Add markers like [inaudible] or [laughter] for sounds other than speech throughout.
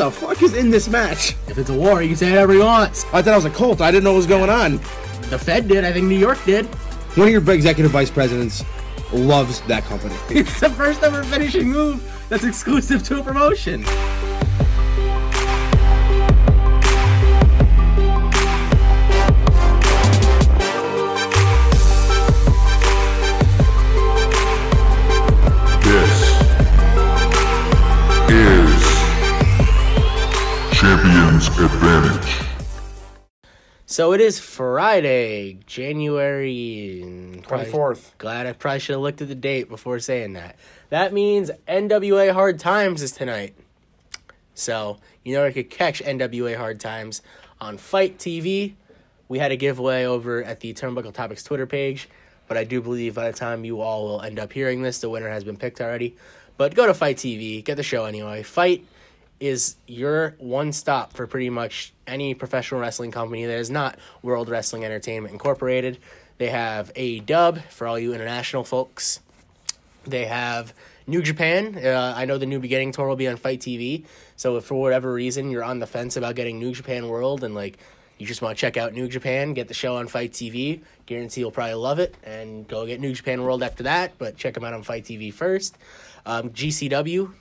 in this match. If it's a war, you can say whatever you want. I thought I was a cult. I didn't know what was going on. The Fed did. I think New York did. [laughs] One of your executive vice presidents loves that company. It's the first ever finishing move that's exclusive to a promotion. This is Champions Advantage. So it is Friday, January mm, probably- 24th. Glad I probably should have looked at the date before saying that. That means NWA Hard Times is tonight. So you know I could catch NWA Hard Times on Fight TV. We had a giveaway over at the Turnbuckle Topics Twitter page, but I do believe by the time you all will end up hearing this, the winner has been picked already. But go to Fight TV, get the show anyway. Fight is your one stop for pretty much any professional wrestling company that is not World Wrestling Entertainment Incorporated. They have AEW for all you international folks. They have New Japan. Uh, I know the New Beginning tour will be on Fight TV. So if for whatever reason you're on the fence about getting New Japan World and like you just want to check out New Japan, get the show on Fight TV. Guarantee you'll probably love it and go get New Japan World after that. But check them out on Fight TV first. Um, GCW.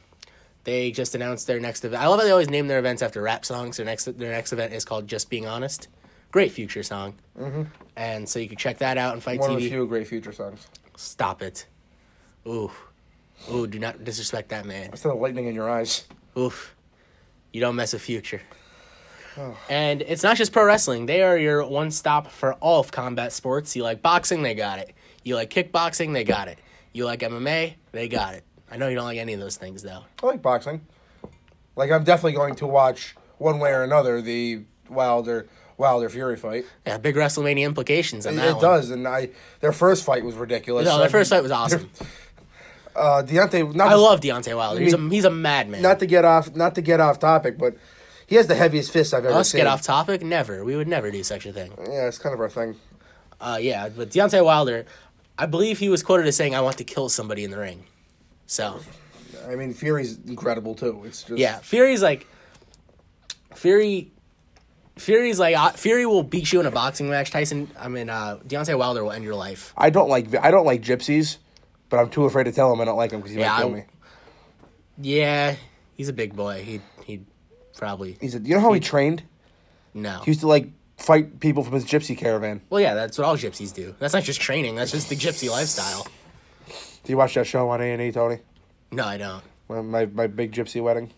They just announced their next event. I love how they always name their events after rap songs. Their next their next event is called Just Being Honest. Great future song. Mm-hmm. And so you can check that out on Fight One TV. of the few great future songs. Stop it. Ooh. Ooh, do not disrespect that man. Instead of lightning in your eyes. Oof. You don't mess [sighs] with future. And it's not just pro wrestling. They are your one stop for all of combat sports. You like boxing, they got it. You like kickboxing, they got it. You like MMA, they got it. I know you don't like any of those things though. I like boxing. Like I'm definitely going to watch one way or another the Wilder Wilder Fury fight. Yeah, big WrestleMania implications on It, that it one. does, and I their first fight was ridiculous. No, So their I'd first be- fight [laughs] was awesome. Uh, Deontay, not I to, love Deontay Wilder. He's a he's a madman. not to get off not to get off topic, but he has the heaviest fist I've ever Us seen. get off topic? Never. We would never do such a thing. Yeah, it's kind of our thing. Uh, yeah, but Deontay Wilder, I believe he was quoted as saying, "I want to kill somebody in the ring." So I mean, Fury's incredible too. It's just yeah, Fury's like, Fury, Fury's like, uh, Fury will beat you in a boxing match. Tyson, I mean, uh, Deontay Wilder will end your life. I don't like I don't like gypsies, but I'm too afraid to tell him I don't like him because he Yeah, might kill I- me. Yeah, he's a big boy. He he probably He said, "You know how he trained? no. He used to like fight people from his gypsy caravan." Well, yeah, that's what all gypsies do. That's not just training. That's just the gypsy lifestyle. Do you watch that show on A and E, Tony? No, I don't. My, my my big gypsy wedding.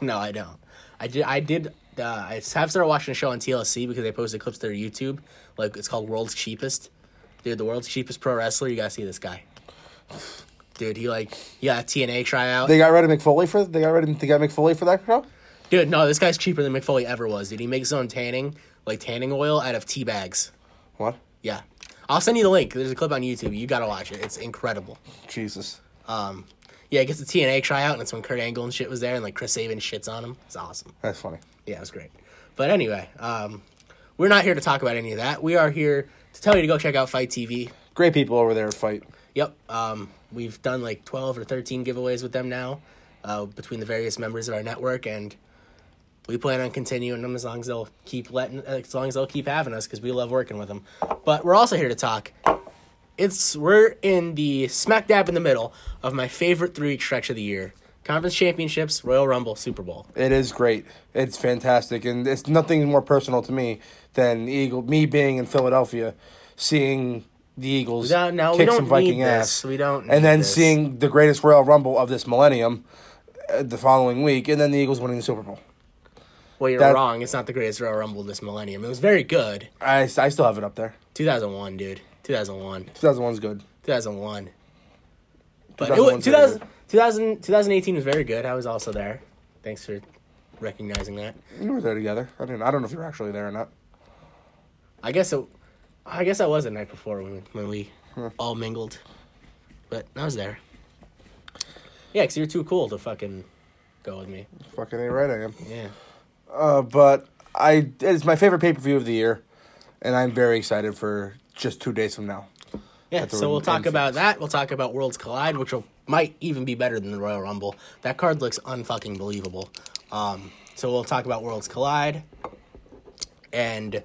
No, I don't. I did. I did. Uh, I have started watching a show on TLC because they posted clips to their YouTube. Like it's called World's Cheapest. Dude, the world's cheapest pro wrestler. You gotta see this guy. Dude, he like he got a TNA tryout. They got rid of McFoley for they got rid of they got McFoley for that show. Dude, no, this guy's cheaper than McFoley ever was. Dude, he makes his own tanning, like tanning oil out of tea bags. What? Yeah, I'll send you the link. There's a clip on YouTube. You gotta watch it. It's incredible. Jesus. Yeah, it gets a TNA tryout, and it's when Kurt Angle and shit was there, and like Chris Sabin shits on him. It's awesome. That's funny. Yeah, it was great. But anyway, um, we're not here to talk about any of that. We are here to tell you to go check out Fight TV. Great people over there at fight. Yep, um, we've done like 12 or 13 giveaways with them now uh, between the various members of our network, and we plan on continuing them as long as they'll keep letting, uh, as long as they'll keep having us because we love working with them. But we're also here to talk. It's we're in the smack dab in the middle of my favorite three week stretch of the year: conference championships, Royal Rumble, Super Bowl. It is great. It's fantastic, and it's nothing more personal to me than Eagle. Me being in Philadelphia, seeing the Eagles No, no, we kick don't some Viking need ass. this. We don't need And then this. seeing the greatest Royal Rumble of this millennium, uh, the following week, and then the Eagles winning the Super Bowl. Well, you're That- wrong. It's not the greatest Royal Rumble this millennium. It was very good. I, I still have it up there. 2001, dude. 2001. 2001's good. 2001. But it 2001's was, 2000, very 2000 2018 was very good. I was also there. Thanks for recognizing that. You were there together. I didn't. I don't know if you were actually there or not. I guess it. I guess I was the night before when when we all mingled, but I was there. Yeah, because you're too cool to fucking go with me. Fucking ain't right I am. Yeah. Uh, but I it's my favorite pay per view of the year, and I'm very excited for just two days from now. Yeah, That's a so we'll talk intense about that. We'll talk about Worlds Collide, which will, might even be better than the Royal Rumble. That card looks unfucking believable. Um, So we'll talk about Worlds Collide, and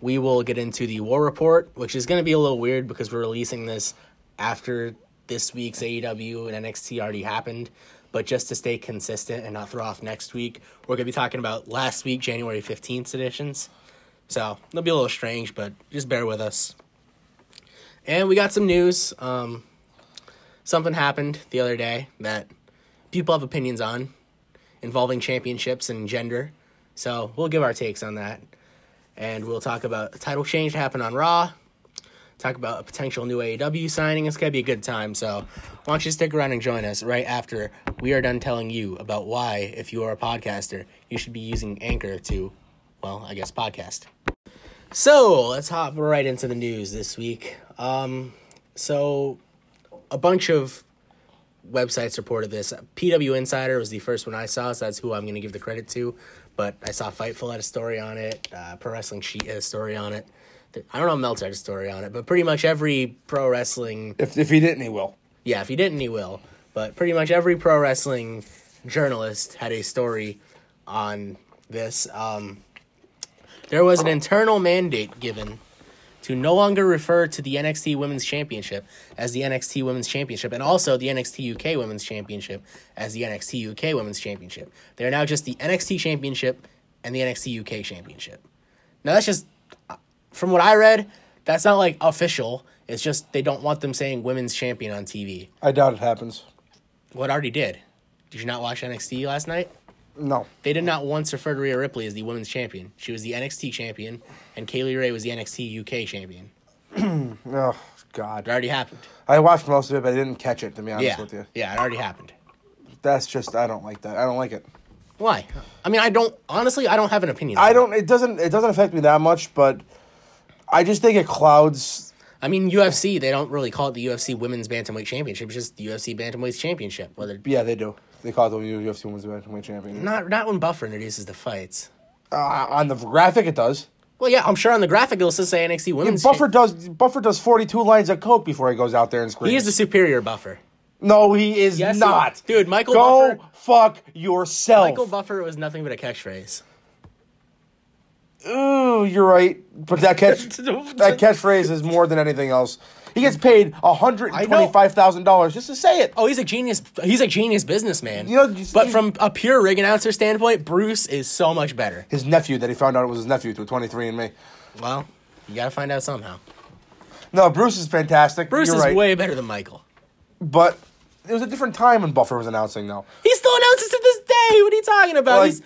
we will get into the War Report, which is going to be a little weird because we're releasing this after this week's AEW and NXT already happened. But just to stay consistent and not throw off next week, we're going to be talking about last week, January 15th editions. So it'll be a little strange, but just bear with us. And we got some news. Um, something happened the other day that people have opinions on involving championships and gender. So we'll give our takes on that. And we'll talk about a title change to happen on Raw. Talk about a potential new AEW signing. It's going to be a good time. So why don't you stick around and join us right after we are done telling you about why, if you are a podcaster, you should be using Anchor to, well, I guess, podcast. So let's hop right into the news this week. Um, so a bunch of websites reported this. PW Insider was the first one I saw, so that's who I'm going to give the credit to. But I saw Fightful had a story on it. Uh, pro Wrestling Sheet had a story on it. Th- I don't know if Meltzer had a story on it, but pretty much every pro wrestling, If if he didn't, he will. yeah, if he didn't, he will. But pretty much every pro wrestling journalist had a story on this. Um, there was an internal mandate given to no longer refer to the NXT Women's Championship as the NXT Women's Championship and also the NXT UK Women's Championship as the NXT UK Women's Championship. They are now just the NXT Championship and the NXT UK Championship. Now that's just from what I read, that's not like official. It's just they don't want them saying Women's Champion on TV. I doubt it happens. Well, it already did. Did you not watch NXT last night? No. They did not once refer to Rhea Ripley as the women's champion. She was the NXT champion, and Kaylee Ray was the NXT UK champion. Oh It God. already happened. I watched most of it, but I didn't catch it. To be honest Yeah, with you, yeah, it already happened. that's just I don't like that. I don't like it. Why? I mean, I don't honestly. I don't have an opinion. on I it. don't. It doesn't. It doesn't affect me that much, but I just think it clouds. I mean, UFC. They don't really call it the UFC Women's Bantamweight Championship. It's just the UFC Bantamweight Championship. Whether Yeah, they do. They call it the UFC Women's Bantamweight Champion. not not when Buffer introduces the fights. Uh, on the graphic, it does. Well, yeah, I'm sure on the graphic it'll still say NXT Women's. Buffer Cha- does. Buffer does forty-two lines of coke before he goes out there and screams. he is the superior Buffer. no, he is Yes, he- not, Dude, Michael Go Buffer- fuck yourself. Michael Buffer was nothing but a catchphrase. Ooh, you're right. But that [laughs] catch that catchphrase is more than anything else. He gets paid hundred and twenty-five thousand dollars just to say it. Oh, he's a genius. He's a genius businessman. You know, you- but from a pure ring announcer standpoint, Bruce is so much better. His nephew that he found out was his nephew through twenty-three and me. Well, you gotta find out somehow. No, Bruce is fantastic. Bruce you're is right. way better than Michael. But it was a different time when Buffer was announcing, though. He still announces to this day. What are you talking about? Like- He's,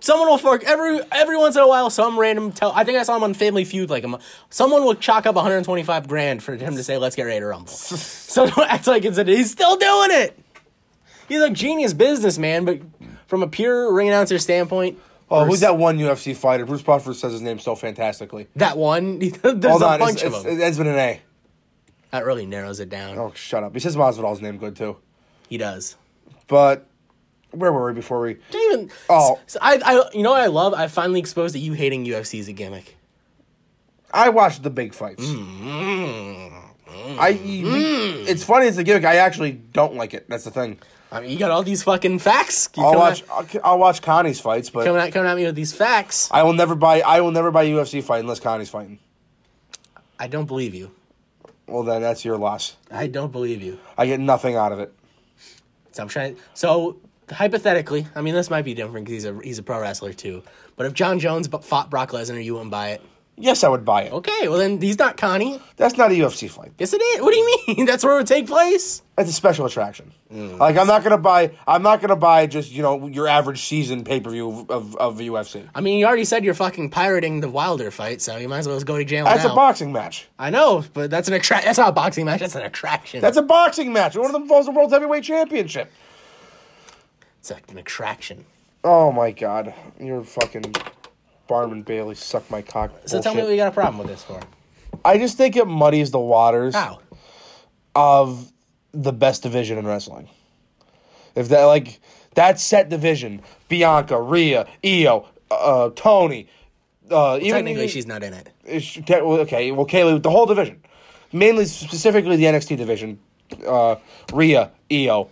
someone will fork every every once in a while. Some random tell. I think I saw him on Family Feud. Like a mo- someone will chalk up 125 grand for him to say, "Let's get ready [laughs] to rumble." so [laughs] don't act like it's a, he's still doing it. He's a genius businessman, but from a pure ring announcer standpoint, Oh, Bruce- who's that one UFC fighter? Bruce Buffer says his name so fantastically. That one. [laughs] There's Hold a on, it's, bunch of it's, them. it ends with an A. that really narrows it down. Oh, shut up. He says Masvidal's name good too. He does. But where were we before we? Didn't even. Oh. So I, I. You know what I love? I finally exposed that you hating UFC is a gimmick. I watched the big fights. I. It's funny. It's a gimmick. I actually don't like it. That's the thing. I mean, you got all these fucking facts. You I'll coming watch. At, I'll, I'll watch Connie's fights, but coming at coming at me with these facts. I will never buy. I will never buy a UFC fight unless Connie's fighting. I don't believe you. Well, then that's your loss. I don't believe you. I get nothing out of it. So I'm trying. So hypothetically, I mean, this might be different because he's a he's a pro wrestler too. But if John Jones bu- fought Brock Lesnar, you wouldn't buy it. Yes, I would buy it. Okay, well then he's not Connie. That's not a UFC fight. Yes, it is. What do you [laughs] mean? That's where it would take place. That's a special attraction. Like I'm not gonna buy. I'm not gonna buy just you know your average season pay per view of, of of UFC. I mean, you already said you're fucking pirating the Wilder fight, so you might as well just go to jail That's now. a boxing match. I know, but that's an attract. That's not a boxing match. That's an attraction. That's a boxing match. One of them involves the world heavyweight championship. it's like an attraction. Oh my god, you're fucking Barnum Bailey. Suck my cock. So tell me bullshit. what you got a problem with this for? I just think it muddies the waters How? of the best division in wrestling. If that like that set division, Bianca, Rhea, Io, uh, Tony. Uh, even Technically, she's not in it. Is she- okay, well, okay, well, Kaylee, the whole division, mainly specifically the NXT division, uh, Rhea, Io,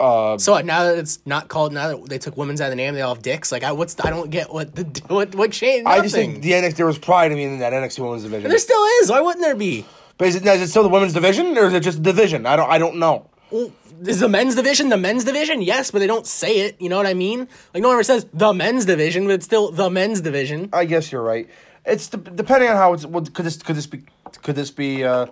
So what, now that it's not called, now that they took women's out of the name, they all have dicks. Like I, what's I don't get what the [laughs] what what changed. I just think the NXT there was pride in being in that NXT women's division. there still is. Why wouldn't there be? But is it, is it still the women's division or is it just a division? I don't I don't know. Well, is the men's division the men's division? Yes, but they don't say it. You know what I mean? Like no one ever says the men's division, but it's still the men's division. I guess you're right. It's de- depending on how it's. Well, could this could this be could this be? Uh,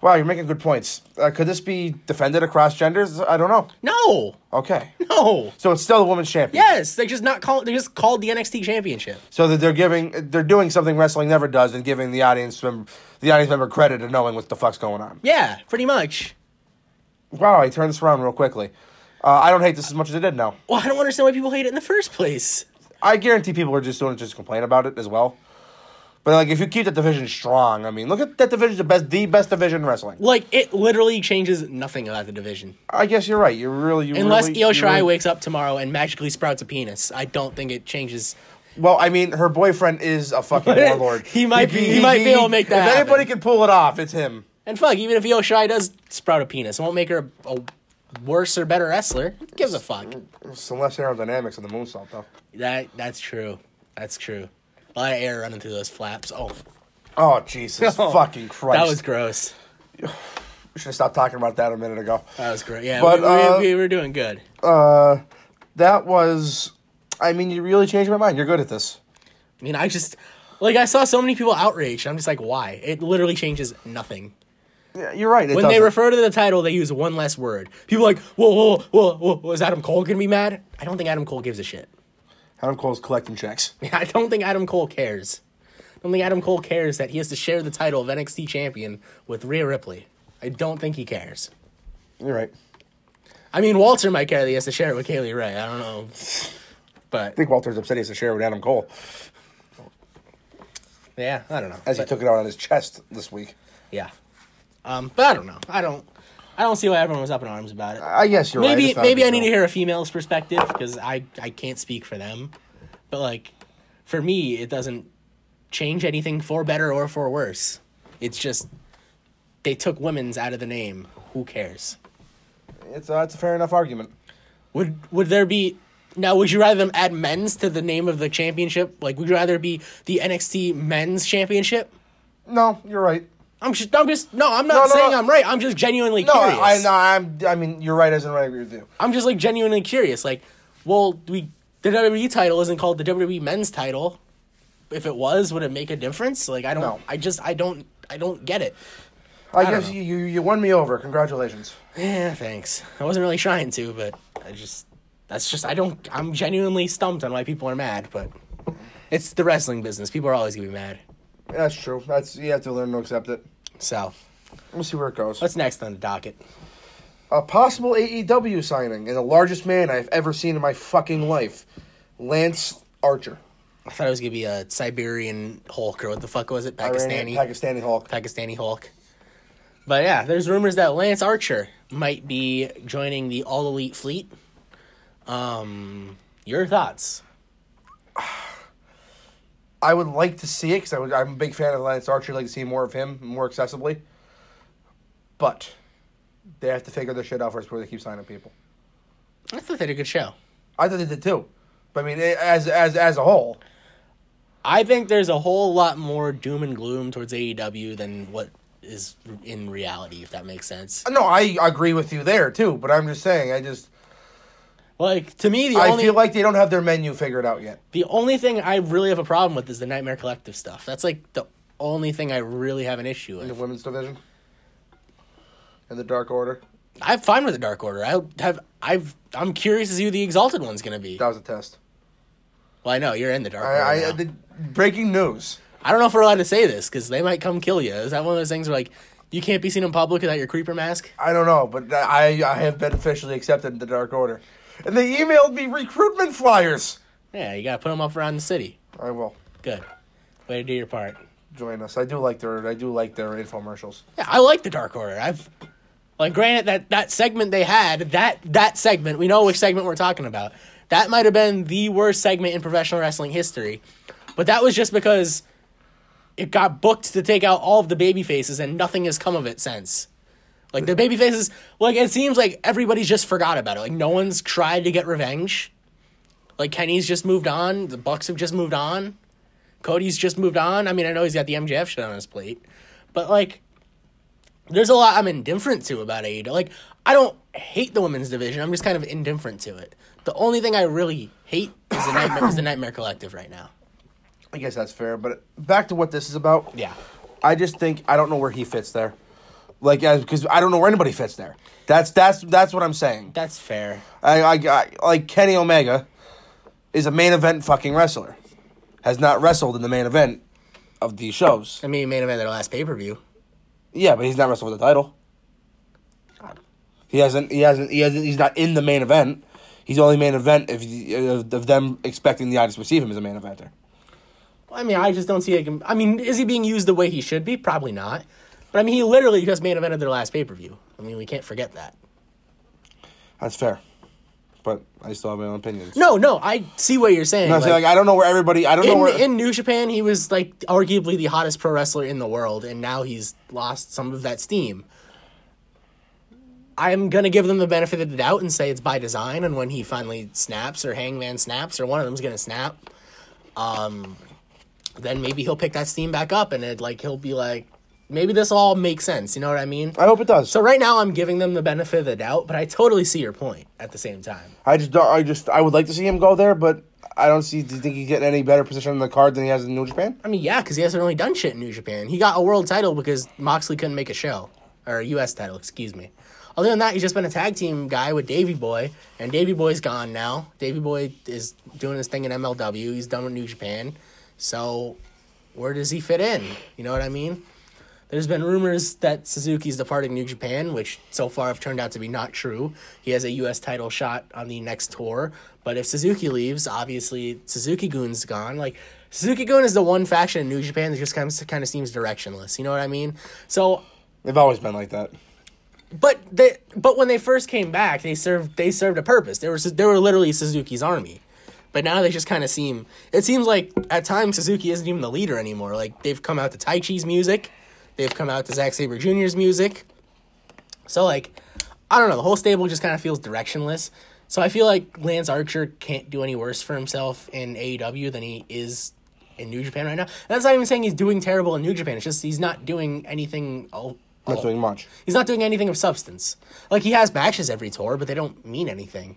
wow, you're making good points. Uh, could this be defended across genders? I don't know. No, [laughs] Okay, no. so it's still the women's champion. Yes, they just not call. They just called the NXT championship. So that they're giving they're doing something wrestling never does and giving the audience member the audience member credit and knowing what the fuck's going on. Yeah, pretty much. Wow, I turned this around real quickly. Uh, I don't hate this as much as I did now. Well, I don't understand why people hate it in the first place. I guarantee people are just doing it just to complain about it as well. But like, if you keep that division strong, I mean, look at that division the best the best division in wrestling. Like it literally changes nothing about the division. I guess you're right. You're really you Unless really, Io you Shirai really- wakes up tomorrow and magically sprouts a penis, I don't think it changes. Well, I mean, her boyfriend is a [laughs] fucking warlord. He might be- he might be able to make that If anybody happen. can pull it off, it's him. And fuck, even if Io Shirai does sprout a penis, it won't make her a, a worse or better wrestler. Who gives a fuck? Some less aerodynamics in the moonsault, though. That that's true. That's true. A lot of air running through those flaps. Oh, Oh [laughs] Jesus, fucking Christ! that was gross. We should have stopped talking about that a minute ago. That was great. Yeah, But, we, uh, we, we were doing good. That was. I mean, you really changed my mind. You're good at this. I mean, I just like I saw so many people outraged. I'm just like, why? It literally changes nothing. Yeah, You're right. It When they doesn't. refer to the title, they use one less word. People are like, whoa, whoa, whoa, whoa, whoa, is Adam Cole gonna be mad? I don't think Adam Cole gives a shit. [laughs] Adam Cole's collecting checks. I don't think Adam Cole cares. I don't think Adam Cole cares that he has to share the title of NXT champion with Rhea Ripley. I don't think he cares. You're right. I I mean, Walter might care that he has to share it with Kaylee Ray. I don't know. But think Walter's upset he has to share with Adam Cole yeah, I don't know. as he But- took it out on his chest this week. yeah. Um, but I don't know. I don't. I don't see why everyone was up in arms about it. I guess you're right. maybe It's not a maybe big I need to deal. hear a female's perspective because I I can't speak for them, but like for me it doesn't change anything for better or for worse. It's just they took women's out of the name. Who cares? It's uh, it's a fair enough argument. Would would there be now? Would you rather them add men's to the name of the championship? Like would you rather be the NXT Men's Championship? No, you're right. I'm just I'm just no I'm not No, no, saying no. I'm right. I'm just genuinely No, curious. I, I, no, I'm. I mean, you're right. As in, right, I agree with you. I'm just like genuinely curious. Like, well, we the WWE title isn't called the WWE Men's title. If it was, would it make a difference? Like, I don't. No. I just I don't I don't get it. I, don't guess know. you, you you won me over. Congratulations. Yeah, thanks. I wasn't really trying to, but I just that's just I don't. I'm genuinely stumped on why people are mad, but it's the wrestling business. People are always gonna be mad. That's true. That's you have to learn to accept it. So We'll see where it goes. what's next on the docket? A possible AEW signing and the largest man I've ever seen in my fucking life, Lance Archer, I thought it was gonna be a Siberian Hulk or what the fuck was it? Iranian- Pakistani. Pakistani Hulk. Pakistani Hulk. But yeah, there's rumors that Lance Archer might be joining the All Elite Fleet. Um, your thoughts? I would like to see it because I would, I'm a big fan of Lance Archer. I'd like to see more of him more accessibly, but they have to figure their shit out first before they keep signing people. I thought they did a good show. I thought they did too, but I mean, eh, as as as a whole, I think there's a whole lot more doom and gloom towards AEW than what is in reality, if that makes sense. no, I agree with you there too. But I'm just saying, I just Like to me, the I only feel like they don't have their menu figured out yet. the only thing I really have a problem with is the Nightmare Collective stuff. That's like the only thing I really have an issue in the with. women's division in the dark order I'm fine with the Dark Order. I have I've I'm curious to see who the Exalted one's gonna be. that was a test Well, I know you're in the dark. i, Order now. I, I, the breaking news don't know if we're allowed to say this because they might come kill you. Is that one of those things where like you can't be seen in public without your creeper mask? i don't know but i i have been officially accepted in the dark order and they emailed me recruitment flyers Yeah, you gotta put them up around the city. i will Good, way to do your part. join us i do like their i do like their infomercials Yeah, I like the Dark Order. I've like granted that that segment they had that that segment we know which segment we're talking about. That might have been the worst segment in professional wrestling history, but that was just because it got booked to take out all of the baby faces and nothing has come of it since. Like the baby faces, like it seems like everybody's just forgot about it. Like no one's tried to get revenge. Like Kenny's just moved on. The Bucks have just moved on. Cody's just moved on. I mean, I know he's got the MJF shit on his plate, but like, there's a lot I'm indifferent to about AEW. Like, I don't hate the women's division. I'm just kind of indifferent to it. The only thing I really hate is the nightmare, is the Nightmare Collective right now. I guess that's fair. But back to what this is about. Yeah. I just think I don't know where he fits there. Like, as because I don't know where anybody fits there. That's that's that's what I'm saying. That's fair. I, I, I like Kenny Omega is a main event fucking wrestler. Has not wrestled in the main event of these shows. I mean, he made him at their last pay per view. Yeah, but he's not wrestled with the title. He hasn't. He hasn't. He hasn't. He's not in the main event. He's only main event if of, of them expecting the audience to receive him as a main eventer. I mean, I just don't see it. I mean, is he being used the way he should be? Probably not. But I mean, he literally just main evented their last pay per view. I mean, we can't forget that. That's fair, but I still have my own opinions. No, no, I see what you're saying. No, I'm like, saying, like, I don't know where everybody. I don't know in, where. in New Japan, he was like arguably the hottest pro wrestler in the world, and now he's lost some of that steam. I'm gonna give them the benefit of the doubt and say it's by design. And when he finally snaps, or Hangman snaps, or one of them's gonna snap, um, then maybe he'll pick that steam back up, and it like he'll be like, maybe this all makes sense. You know what I mean? I hope it does. So right now, I'm giving them the benefit of the doubt, but I totally see your point at the same time. I just don't. I just. I would like to see him go there, but I don't see. Do you think he's getting any better position on the card than he has in New Japan? I mean, yeah, because he hasn't really done shit in New Japan. He got a world title because Moxley couldn't make a show, or a U.S. title, excuse me. Other than that, he's just been a tag team guy with Davey Boy, and Davey Boy's gone now. Davey Boy is doing his thing in MLW. He's done with New Japan. So, where does he fit in? You know what I mean? There's been rumors that Suzuki's departing New Japan, which so far have turned out to be not true. He has a U.S. title shot on the next tour, but if Suzuki leaves, obviously Suzuki Goon's gone. Like Suzuki Goon is the one faction in New Japan that just kind of kind of seems directionless. You know what I mean? So, They've always been like that. but they but when they first came back, they served they served a purpose. They were Su- they were literally Suzuki's army. But now they just kind of seem. It seems like at times Suzuki isn't even the leader anymore. Like they've come out to Tai Chi's music, they've come out to Zack Saber Jr.'s music. So like, I don't know. The whole stable just kind of feels directionless. So I feel like Lance Archer can't do any worse for himself in AEW than he is in New Japan right now. And that's not even saying he's doing terrible in New Japan. It's just he's not doing anything. Oh, Not doing much. He's not doing anything of substance. Like he has matches every tour, but they don't mean anything.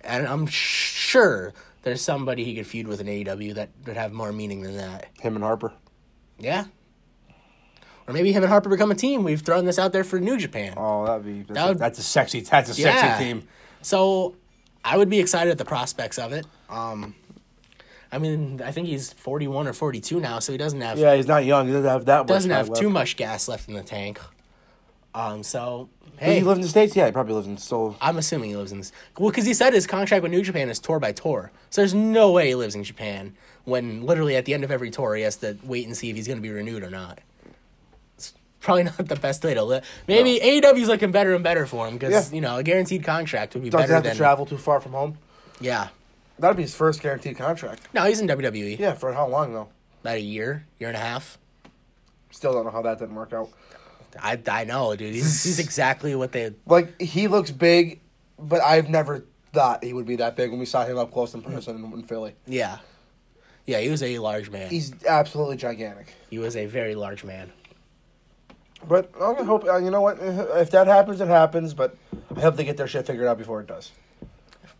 And I'm sure there's somebody he could feud with in AEW that would have more meaning than that. Him and Harper. Yeah. Or maybe him and Harper become a team. We've thrown this out there for New Japan. Oh, that'd be. That's, That would- a, that's a sexy. That's a Yeah. sexy team. So I would be excited at the prospects of it. Um, I mean, I think he's 41 or 42 now, so he doesn't have Yeah, he's not young. He doesn't have that. much doesn't time have left. too much gas left in the tank. Um, so Does hey, he live in the states? Yeah, he probably lives in Seoul. I'm assuming he lives in this. Well, because he said his contract with New Japan is tour by tour, so there's no way he lives in Japan. When literally at the end of every tour, he has to wait and see if he's going to be renewed or not. It's probably [laughs] not the best way to live. Maybe AEW's looking better and better for him because Yeah. you know a guaranteed contract would be Doesn't better have than to travel too far from home. yeah. That'd be his first guaranteed contract. No, he's in WWE. Yeah, for how long though? About a year, year and a half. Still don't know how that didn't work out. I, I know, dude. [laughs] He's, he's exactly what they. Like he looks big, but I've never thought he would be that big when we saw him up close in Mm. person in, in Philly. Yeah. Yeah, he was a large man. He's absolutely gigantic. he was a very large man. But I'm gonna hope uh, you know what if that happens, it happens. But I hope they get their shit figured out before it does.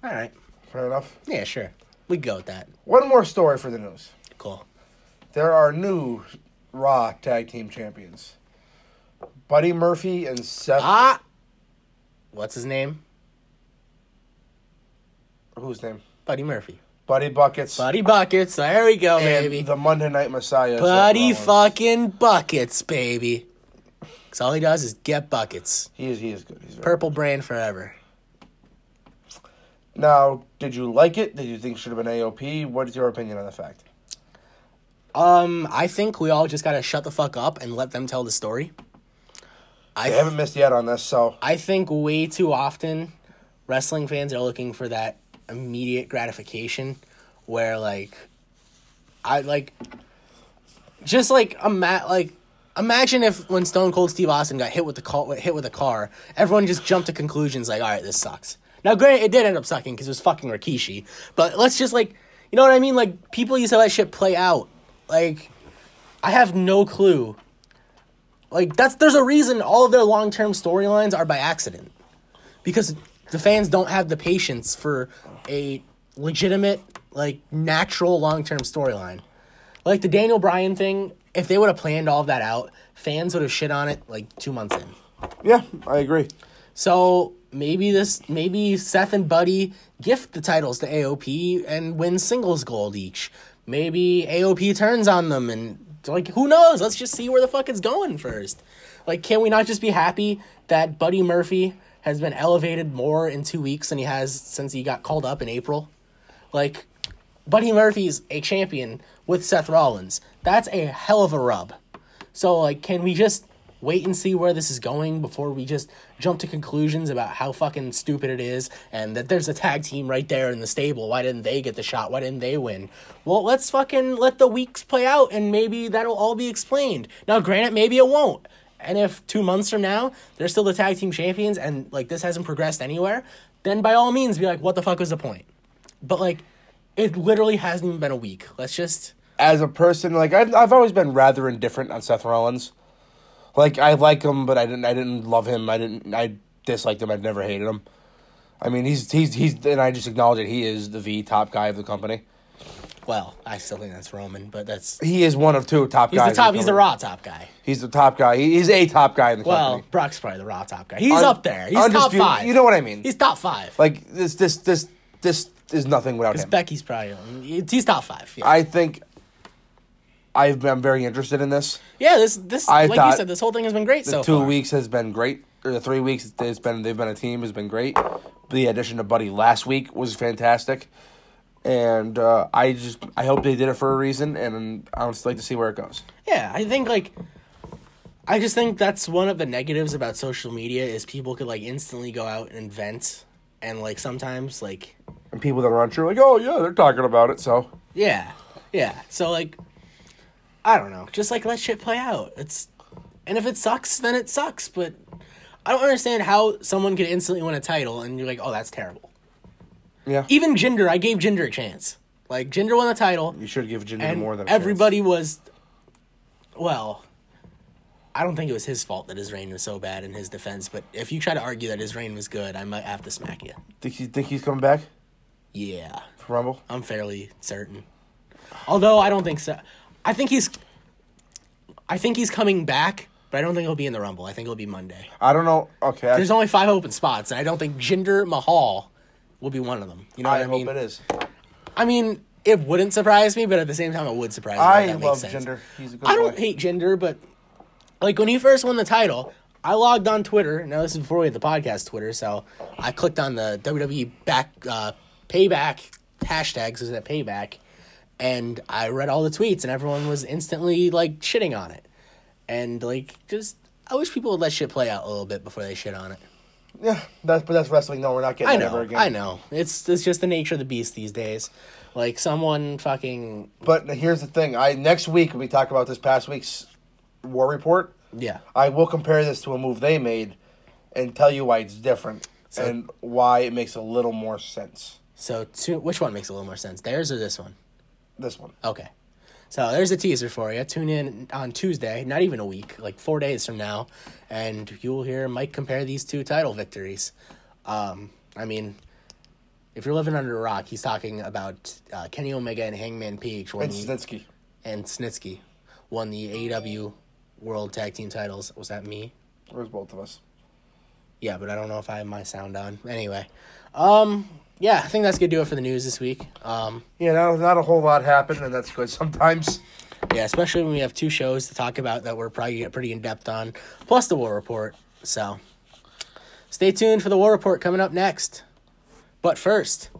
All right. Fair enough. Yeah, sure. We can go with that. One more story for the news. Cool. There are new Raw Tag Team Champions. Buddy Murphy and Seth. Ah. What's his name? Whose name? Buddy Murphy. Buddy Buckets. Buddy Buckets. There we go, and baby. the Monday Night Messiah. Seth Buddy Rollins. fucking Buckets, baby. Because all he does is get buckets. He is. He is good. He's very Purple brand forever. Now, did you like it? Did you think it should have been AOP? What is your opinion on the fact? Um, I think we all just gotta shut the fuck up and let them tell the story. I I haven't missed yet on this, so I think way too often wrestling fans are looking for that immediate gratification where like I like just like a mat like Imagine if when Stone Cold Steve Austin got hit with the car, hit with a car, everyone just jumped to conclusions like, "All right, this sucks." Now, granted, it did end up sucking because it was fucking Rikishi, but let's just like, you know what I mean? Like, people used to let shit play out. Like, I have no clue. Like, that's there's a reason all of their long term storylines are by accident, because the fans don't have the patience for a legitimate, like, natural long term storyline like the Daniel Bryan thing, if they would have planned all of that out, fans would have shit on it like two months in. Yeah, I agree. So maybe this, maybe Seth and Buddy gift the titles to AOP and win singles gold each. Maybe AOP turns on them and like who knows? Let's just see where the fuck it's going first. Like, can we not just be happy that Buddy Murphy has been elevated more in two weeks than he has since he got called up in April? Like, Buddy Murphy's a champion with Seth Rollins. That's a hell of a rub. So like, can we just wait and see where this is going before we just jump to conclusions about how fucking stupid it is and that there's a tag team right there in the stable. Why didn't they get the shot? Why didn't they win? Well, let's fucking let the weeks play out and maybe that'll all be explained. Now, granted, maybe it won't. And if two months from now they're still the tag team champions and like this hasn't progressed anywhere, then by all means be like, what the fuck was the point? But like, it literally hasn't even been a week. Let's just As a person, like I've, I've always been rather indifferent on Seth Rollins. Like I like him, but I didn't. I didn't love him. I didn't. I disliked him. I'd never hated him. I mean, he's he's he's, and I just acknowledge it. He is the V top guy of the company. Well, I still think that's Roman, but that's He is one of two top he's guys. the in top. He's the company. raw top guy. He's the top guy. He, he's a top guy in the Well, company. Brock's probably the raw top guy. He's Un- up there. He's top undisputed- five. you know what I mean. He's top five. Like this, this, this, this is nothing without him. Becky's probably he's top five. Yeah, I think I've been, I'm very interested in this. yeah this this I like you thought said, this whole thing has been great so Two far. weeks has been great. Or the three weeks it's been they've been a team has been great. The addition of Buddy last week was fantastic, and uh, I just I hope they did it for a reason, and I would like to see where it goes. Yeah, I think like I just think that's one of the negatives about social media is people could like instantly go out and vent and like sometimes like And people that are unsure like, oh yeah, they're talking about it. So Yeah. Yeah. So like I don't know. Just like let shit play out. It's and if it sucks, then it sucks, but I don't understand how someone could instantly win a title and you're like, "Oh, that's terrible." yeah, Even Jinder, I gave Jinder a chance. Like Jinder won the title you should give Jinder and more than a chance. everybody was well, I don't think it was his fault that his reign was so bad in his defense, but if you try to argue that his reign was good, I might have to smack you. Think he think he's coming back Yeah. for Rumble? I'm fairly certain. Although I don't think so. I think he's. I think he's coming back, but I don't think he'll be in the Rumble. I think he'll be Monday. I don't know. Okay, I, There's only five open spots, and I don't think Jinder Mahal will be one of them. You know what I I, hope mean? it is. I mean, it wouldn't surprise me, but at the same time, it would surprise me. if I that makes love sense. Jinder. He's a good I don't boy. hate gender, but like when he first won the title, I logged on Twitter. Now this is before we had the podcast Twitter, so I clicked on the WWE back uh, payback hashtags. Is that payback? And I read all the tweets, and everyone was instantly like shitting on it, and like just I wish people would let shit play out a little bit before they shit on it. Yeah, that's but that's wrestling. No, we're not getting I that ever know, again. I know. It's it's just the nature of the beast these days. Like someone fucking But here's the thing. I next week when we talk about this past week's war report, yeah. I will compare this to a move they made and tell you why it's different and why it makes a little more sense. So two, which one makes a little more sense? Theirs or this one? This one. Okay. So there's a teaser for you. Tune in on Tuesday, not even a week, like four days from now, and you will hear Mike compare these two title victories. Um, I mean, if you're living under a rock, he's talking about uh, Kenny Omega and Hangman Page when And the- Snitsky. and Snitsky won the AEW World Tag Team titles. Was that me? It was both of us. Yeah, but I don't know if I have my sound on. Anyway, um, yeah, I think that's gonna do it for the news this week. Um, Yeah, not, not a whole lot happened, and that's good sometimes. Yeah, especially when we have two shows to talk about that we're probably gonna get pretty in depth on, plus the War Report. So stay tuned for the War Report coming up next. But first,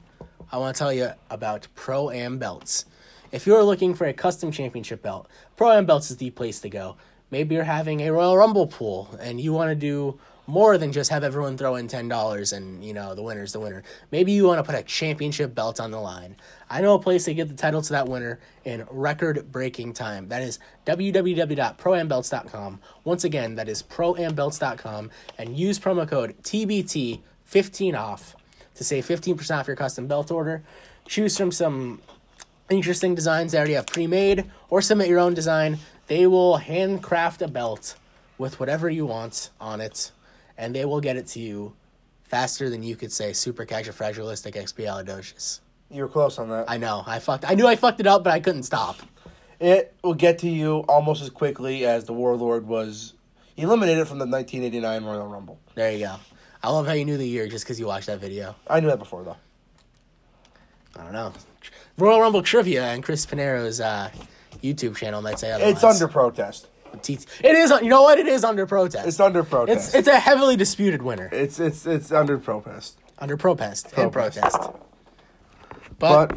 I want to tell you about Pro Am Belts. If you're looking for a custom championship belt, Pro Am Belts is the place to go. Maybe you're having a Royal Rumble pool and you want to do more than just have everyone throw in ten dollars and you know the winner's the winner. Maybe you want to put a championship belt on the line. I know a place to get the title to that winner in record-breaking time. That is www.proambelts.com. Once again, that is proambelts.com, and use promo code TBT fifteen off to save fifteen percent off your custom belt order. Choose from some interesting designs they already have pre-made or submit your own design they will handcraft a belt with whatever you want on it and they will get it to you faster than you could say super califragilistic expialidocious You were close on that. i know i fucked i knew i fucked it up but i couldn't stop It will get to you almost as quickly as the Warlord was eliminated from the 1989 Royal Rumble. there you go i love how you knew the year just because you watched that video I knew that before though. i don't know royal rumble trivia and chris pinero's uh, youtube channel might say otherwise. It's under protest. Teats- it is you know what it is under protest It's under it's, protest. it's a heavily disputed winner it's it's it's under protest. under protest and Protest. protest But Uh,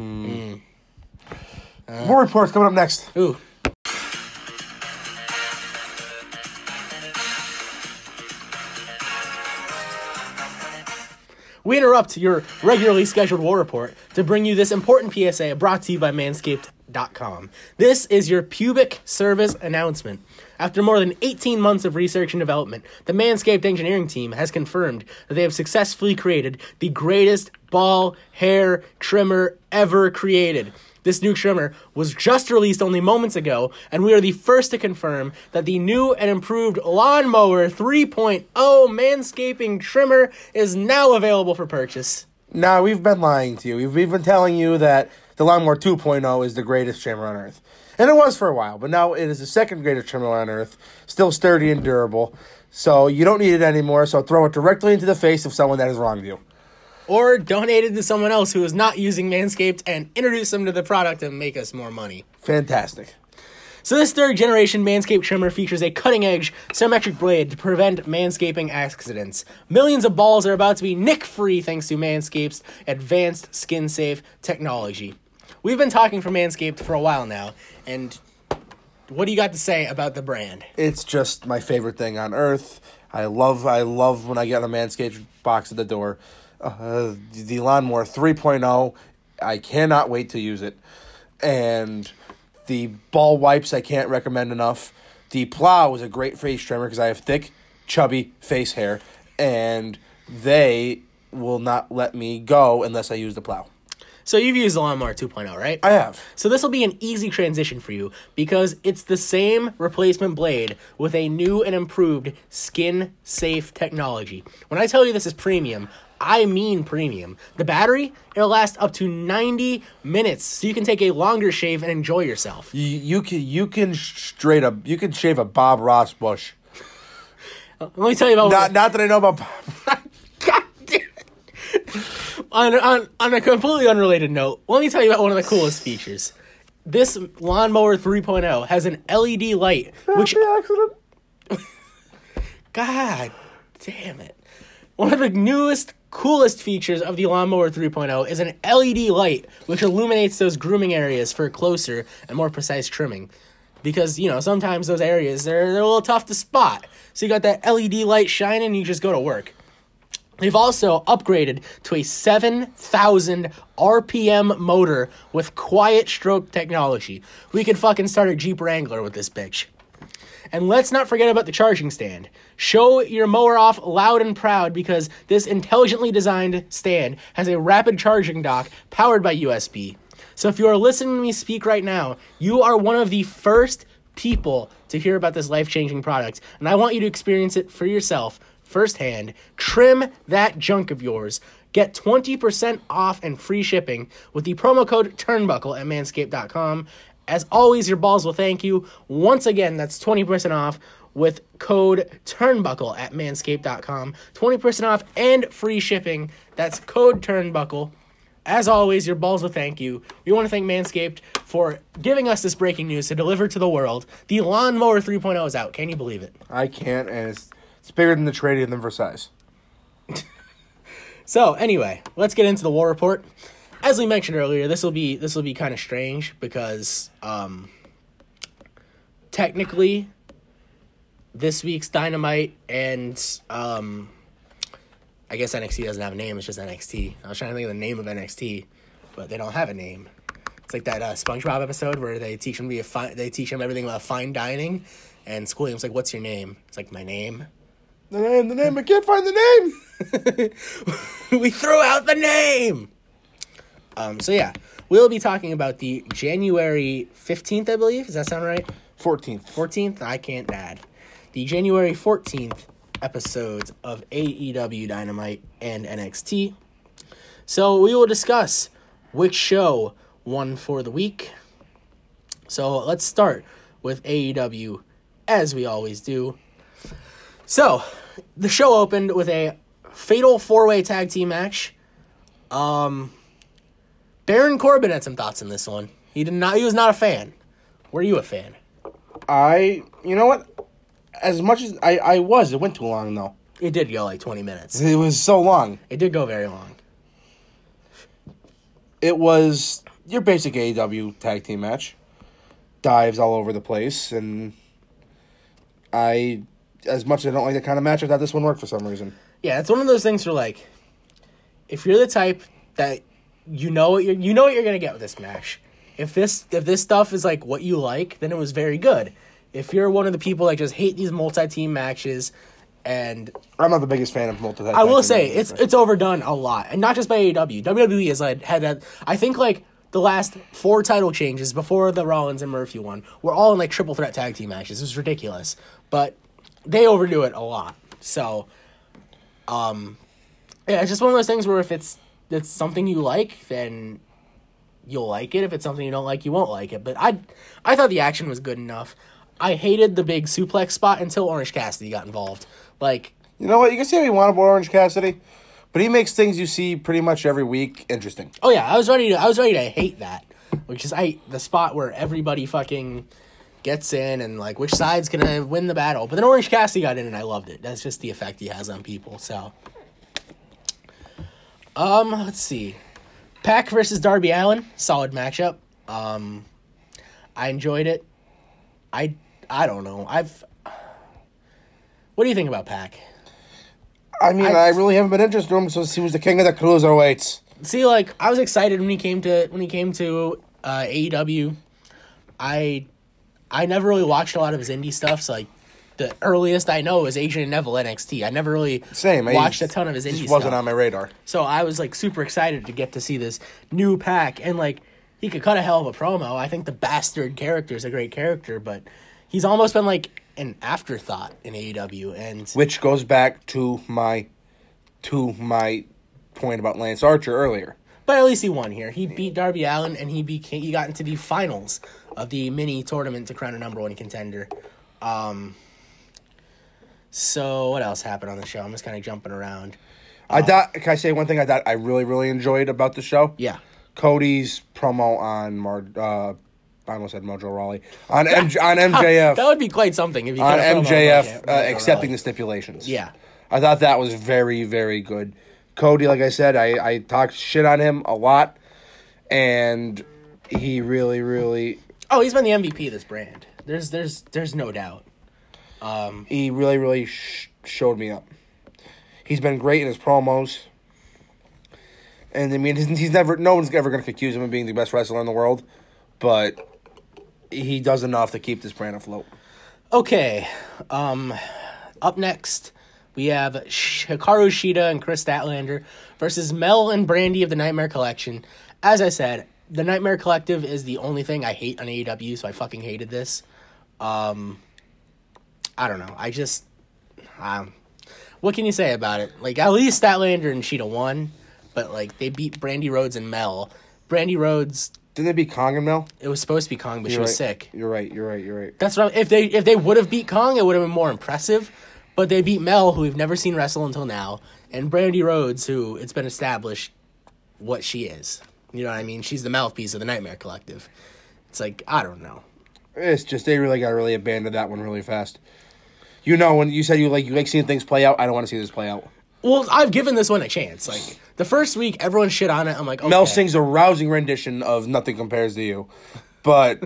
more reports coming up next. Ooh. We interrupt your regularly scheduled war report to bring you this important PSA brought to you by manscaped.com. This is your pubic service announcement. After more than 18 months of research and development, the Manscaped engineering team has confirmed that they have successfully created the greatest ball hair trimmer ever created. This new trimmer was just released only moments ago, and we are the first to confirm that the new and improved Lawnmower 3.0 manscaping trimmer is now available for purchase. Now we've been lying to you. We've, we've been telling you that the Lawnmower 2.0 is the greatest trimmer on earth, and it was for a while. But now it is the second greatest trimmer on earth, still sturdy and durable. So you don't need it anymore. So throw it directly into the face of someone that has wronged you. Or donate it to someone else who is not using Manscaped and introduce them to the product and make us more money. Fantastic. So this third generation Manscaped trimmer features a cutting-edge symmetric blade to prevent manscaping accidents. Millions of balls are about to be nick-free thanks to Manscaped's advanced skin-safe technology. We've been talking for Manscaped for a while now, and what do you got to say about the brand? It's just my favorite thing on earth. I love I love when I get a Manscaped box at the door. Uh, the Lawnmower 3.0, I cannot wait to use it. And the ball wipes I can't recommend enough. The plow is a great face trimmer because I have thick, chubby face hair, and they will not let me go unless I use the plow. So you've used the Lawnmower 2.0, right? I have. So this will be an easy transition for you because it's the same replacement blade with a new and improved skin safe technology. When I tell you this is premium, I mean premium. The battery, it'll last up to 90 minutes, so you can take a longer shave and enjoy yourself. You, you can you can straight up you can shave a Bob Ross bush. Let me tell you about Not not that I know about Bob God damn it. on, on, on a completely unrelated note, let me tell you about one of the coolest features. This lawnmower 3.0 has an LED light, which accident. [laughs] God damn it. One of the newest, coolest features of the Lawnmower 3.0 is an LED light which illuminates those grooming areas for closer and more precise trimming. Because, you know, sometimes those areas, they're, they're a little tough to spot. So you got that LED light shining and you just go to work. They've also upgraded to a 7,000 RPM motor with quiet stroke technology. We could fucking start a Jeep Wrangler with this bitch. And let's not forget about the charging stand. Show your mower off loud and proud because this intelligently designed stand has a rapid charging dock powered by USB. So if you are listening to me speak right now, you are one of the first people to hear about this life changing product. And I want you to experience it for yourself firsthand. Trim that junk of yours. Get 20% off and free shipping with the promo code Turnbuckle at manscaped.com. As always, your balls will thank you. Once again, that's 20% off with code Turnbuckle at manscaped.com. 20% off and free shipping. That's code Turnbuckle. As always, your balls will thank you. We want to thank Manscaped for giving us this breaking news to deliver to the world. The Lawnmower 3.0 is out. Can you believe it? I can't, and it's, it's bigger than the trade than Versailles. So anyway, let's get into the war report. As we mentioned earlier, this will be this will be kind of strange because um, technically, this week's Dynamite and um, I guess NXT doesn't have a name. It's just NXT. I was trying to think of the name of NXT, but they don't have a name. It's like that uh, SpongeBob episode where they teach him to be a fi- they teach him everything about fine dining, and Squilliam's like, "What's your name?" It's like, "My name." The name, the name. I can't find the name. [laughs] we threw out the name. Um. So yeah, we'll be talking about the January fifteenth, I believe. Does that sound right? Fourteenth. 14th, I can't add. The January 14th episodes of AEW Dynamite and NXT. So we will discuss which show won for the week. So let's start with AEW as we always do. So the show opened with a fatal four way tag team match. Um, Baron Corbin had some thoughts on this one. He did not. He was not a fan. Were you a fan? I. You know what? As much as I, I was, it went too long though. It did go like 20 minutes. It was so long. It did go very long. It was your basic AEW tag team match. Dives all over the place, and I, as much as I don't like that kind of match, I thought this one worked for some reason. Yeah, it's one of those things where like if you're the type that you know what you're you know what you're gonna get with this match. If this if this stuff is like what you like, then it was very good. If you're one of the people that just hate these multi team matches and I'm not the biggest fan of multi. I will say it's it's overdone a E lot, and not just by AEW. WWE has like had that. I think like the last four title changes before the Rollins and Murphy one were all in like triple threat tag team matches. It was ridiculous, but they overdo it a lot. So, um, yeah, it's just one of those things where if it's it's something you like, then you'll like it. If it's something you don't like, you won't like it. But I I thought the action was good enough. I hated the big suplex spot until Orange Cassidy got involved. Like You know what? You can say what you want about Orange Cassidy, but he makes things you see pretty much every week interesting. Oh yeah, I was ready to I was ready to hate that. Which is I the spot where everybody fucking gets in and like which side's gonna win the battle. But then Orange Cassidy got in and I loved it. That's just the effect he has on people, so um, let's see. Pack versus Darby Allen, solid matchup. Um I enjoyed it. I I don't know. I've What do you think about Pack? I mean, I, really haven't been interested in him since he was the king of the cruiserweights. see like i was excited when he came to when he came to uh aew i i never really watched a lot of his indie stuff so like the earliest i know is adrian neville nxt i never really Same. I watched a ton of his Just indie wasn't stuff on my radar. so i was like super excited to get to see this new pack and like he could cut a hell of a promo i think the bastard character is a great character but he's almost been like an afterthought in aew and which goes back to my to my point about Lance Archer earlier. But at least he won here. He beat Darby Allen, and he became he got into the finals of the mini tournament to crown a number one contender. Um, so what else happened on the show? I'm just kind of jumping around. I thought can I say one thing I thought I really really enjoyed about the show? Yeah, Cody's promo on Mar uh I almost said Mojo Rawley [laughs] on MJ, on MJF that would be quite something if you on got a promo MJF like uh, that. accepting the stipulations. Yeah. I thought that was very very good. Cody, like I said, I I talked shit on him a lot, and he really really Oh, he's been the MVP of this brand. There's there's there's no doubt. he really really sh- showed me up. He's been great in his promos, and I mean he's, he's never no one's ever going to accuse him of being the best wrestler in the world, but he does enough to keep this brand afloat. Okay, um, up next we have Hikaru Shida and Chris Statlander versus Mel and Brandy of the Nightmare Collection. As I said, the Nightmare Collective is the only thing I hate on AEW, so I fucking hated this. Um, I don't know. I just, um, what can you say about it? Like at least Statlander and Shida won, but like they beat Brandy Rhodes and Mel. Brandy Rhodes, Didn't it be Kong and Mel? it was supposed to be Kong, but she You're was right. sick. You're right. You're right. You're right. That's what I'm, if they if they would have beat Kong, it would have been more impressive. But they beat Mel, who we've never seen wrestle until now, and Brandy Rhodes, who it's been established what she is. You know what I mean? She's the mouthpiece of the Nightmare Collective. It's like I don't know. It's just they really got to really abandon that one really fast. You know when you said you like you like seeing things play out. I don't want to see this play out. Well, I've given this one a chance. Like the first week, everyone shit on it. I'm like, okay. [laughs] Mel sings a rousing rendition of "Nothing Compares to You," but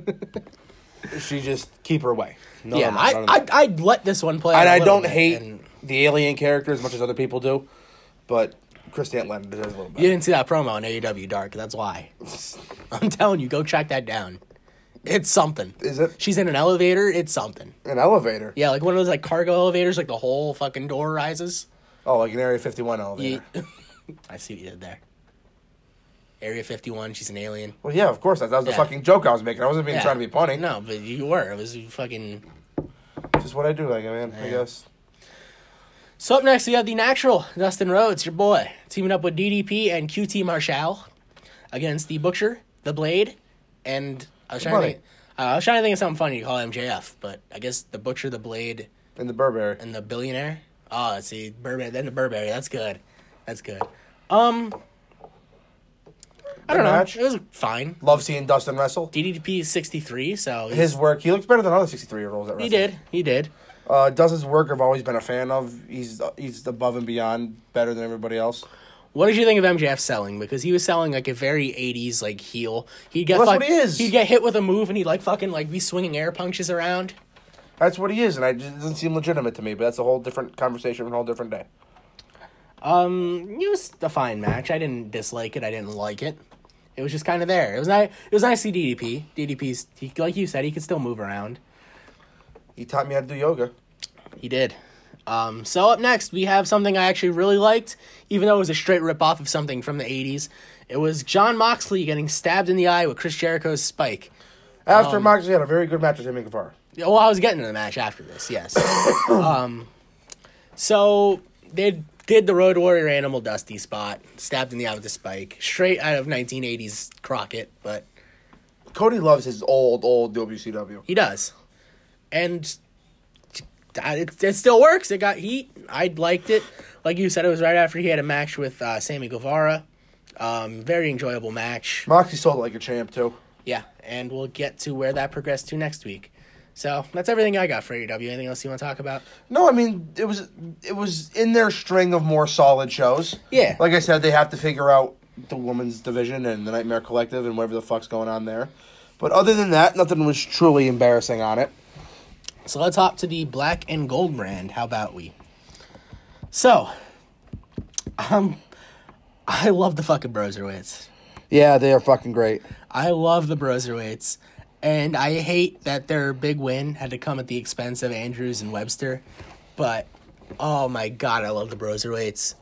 She just keep her away. No, yeah, no, no, I, no, no. I'd, I'd let this one play. out and a I little don't bit, hate and the alien character as much as other people do, but Chris Leonard deserves a little you bit. didn't see that promo on AEW Dark. That's why. [laughs] I'm telling you, go track that down. It's something. Is it She's in an elevator. It's something. an elevator? Yeah, like one of those like cargo elevators. Like the whole fucking door rises. Oh, like an Area Fifty One elevator. You- [laughs] I see what you did there. Area 51. She's an alien. Well, yeah, of course. That, that was the Yeah. fucking joke I was making. I wasn't being Yeah. trying to be funny. No, but you were. It was fucking. Just what I do, like, man. I guess. So up next, we have the natural Dustin Rhodes, your boy, teaming up with DDP and QT Marshall against the Butcher, the Blade, and I was trying to Funny. think, uh, I was trying to think of something funny to call MJF, but I guess the Butcher, the Blade, In the Burberry. and the Billionaire. Oh, see Burberry, then the Burberry. That's good. That's good. Um, I don't know. match? It was fine. Love seeing Dustin wrestle. DDP is sixty three, so His work. He looks better than other sixty-three year olds. he did. He did. Uh, Dustin's work. I've always been a fan of. He's he's above and beyond, better than everybody else. What did you think of MJF selling? Because he was selling like a very '80s like heel. He'd get Well, that's what fuck- he is. He'd get hit with a move, and he'd like fucking like be swinging air punches around. That's what he is, and I, it doesn't seem legitimate to me. But that's a whole different conversation, and a whole different day. It was a fine match. I didn't dislike it. I didn't like it. It was just kind of there. It was nice. It was nice to see DDP. DDP's he, like you said, he could still move around. He taught me how to do yoga. He did. Um, so up next, we have something I actually really liked, even though it was a straight rip off of something from the '80s. It was John Moxley getting stabbed in the eye with Chris Jericho's spike. After Um, Moxley had a very good match with him and Guevara. Yeah, Well, I was getting to the match after this, yes. um, so they did the Road Warrior Animal Dusty spot, stabbed in the eye with a spike, straight out of 1980s Crockett, but Cody loves his old old WCW. he does. And it, it still works. It got heat. I liked it. Like you said, it was right after he had a match with uh, Sammy Guevara. Um, very enjoyable match. Moxley sold it like a champ too. Yeah, and we'll get to where that progressed to next week. So that's everything I got for AEW. Anything else you want to talk about? No, I mean it was it was in their string of more solid shows. Yeah. like I said, they have to figure out the women's division and the Nightmare Collective and whatever the fuck's going on there. But other than that, nothing was truly embarrassing on it. So let's hop to the black and gold brand. How about we? So, um, [laughs] I love the fucking Broserweights. Yeah, they are fucking great. I love the Broserweights. And I hate that their big win had to come at the expense of Andrews and Webster. But, oh my god, I love the Broserweights.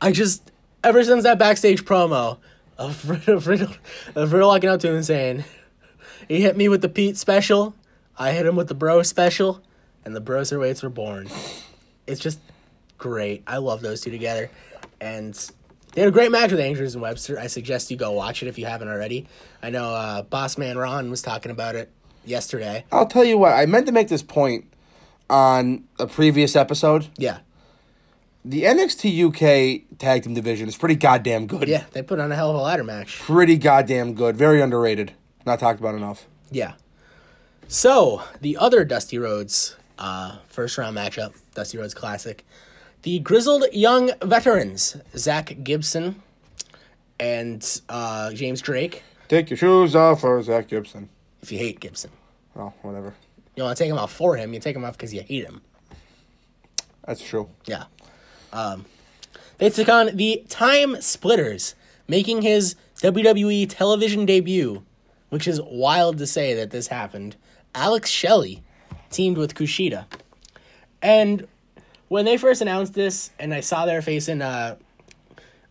I just, ever since that backstage promo of [laughs] Riddle, of Riddle, of Riddle walking up to him and saying, he hit me with the Pete special, I hit him with the Bro special, and the Broserweights were born. It's just great. I love those two together. And they had a great match with Andrews and Webster. I suggest you go watch it if you haven't already. I know uh, Boss Man Ron was talking about it yesterday. I'll tell you what, I meant to make this point on a previous episode. Yeah. The NXT UK tag team division is pretty goddamn good. Yeah, they put on a hell of a ladder match. pretty goddamn good. Very underrated. Not talked about enough. Yeah. So, the other Dusty Rhodes uh, first round matchup, Dusty Rhodes Classic, the grizzled young veterans, Zach Gibson and uh, James Drake, Take your shoes off for Zach Gibson. if you hate Gibson. Oh, whatever. You don't want to take him off for him, you take him off because you hate him. That's true. Yeah. Um, they took on the Time Splitters, making his WWE television debut, which is wild to say that this happened. Alex Shelley teamed with Kushida. And when they first announced this and I saw their face in uh,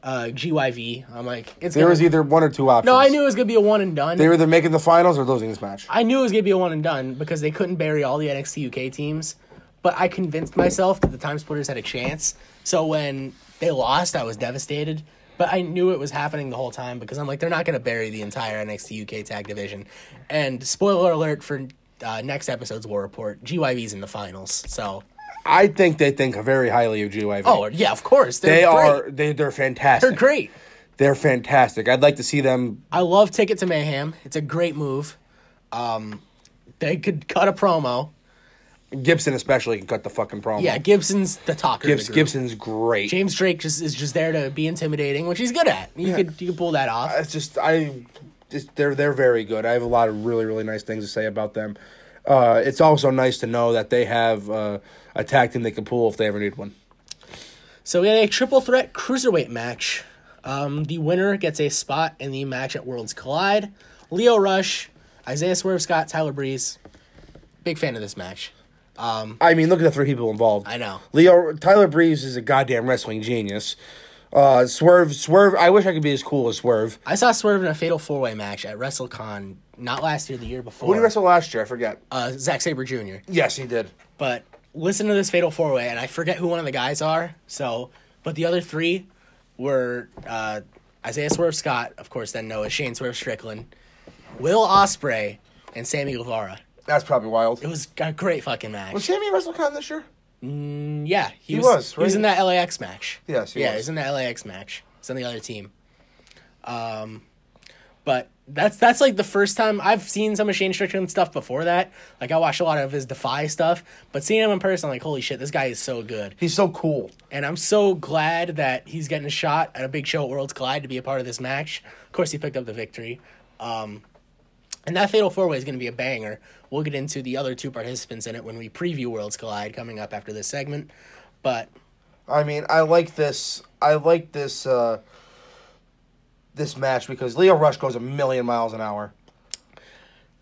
uh, GYV, I'm like, it's There gonna- was either one or two options. No, I knew it was going to be a one and done. they were either making the finals or losing this match. I knew it was gonna be a one and done because they couldn't bury all the NXT UK teams. But I convinced myself that the Time Splitters had a chance. So when they lost, I was devastated. But I knew it was happening the whole time because I'm like, they're not gonna bury the entire NXT UK tag division. And spoiler alert for uh, next episode's War Report: GYV's in the finals. So I think they think very highly of GYV. oh yeah, of course they're they great. are. They they're fantastic. They're great. They're fantastic. I'd like to see them. I love Ticket to Mayhem. It's a great move. Um, they could cut a promo. Gibson especially can cut the fucking promo. Yeah, Gibson's the talker. of the Gibbs, group. Gibson's great. James Drake just is just there to be intimidating, which he's good at. You could you could pull that off. It's just I just, they're they're very good. I have a lot of really really nice things to say about them. Uh, it's also nice to know that they have uh, a tag team they can pull if they ever need one. So we had a triple threat cruiserweight match. Um, the winner gets a spot in the match at Worlds Collide. Leo Rush, Isaiah Swerve Scott, Tyler Breeze. Big fan of this match. I mean, look at the three people involved. I know. Leo Tyler Breeze is a goddamn wrestling genius. Uh, Swerve Swerve. I wish I could be as cool as Swerve. I saw Swerve in a fatal four way match at WrestleCon, not last year, the year before. Who did he wrestle last year? I forget. Uh, Zack Sabre Jr. yes, he did. But listen to this fatal four way, and I forget who one of the guys are. So, but the other three were uh, Isaiah Swerve Scott, of course, then Noah Shane Swerve Strickland, Will Osprey, and Sammy Guevara. That's probably wild. It was a great fucking match. Was Sammy at WrestleCon this year? Yeah, he, was. was, He was right? in that LAX match. Yes, he yeah, he was. was in that LAX match. He's on the other team. Um, but that's that's like the first time I've seen some of Shane Strickland stuff before that. Like I watched a lot of his Defy stuff, but seeing him in person, I'm like holy shit, this guy is so good. He's so cool. And I'm so glad that he's getting a shot at a big show at Worlds Collide to be a part of this match. Of course, he picked up the victory. Um, and that Fatal Four Way is going to be a banger. We'll get into the other two participants in it when we preview Worlds Collide coming up after this segment. But I mean, I like this. I like this. Uh, this match because Leo Rush goes a million miles an hour,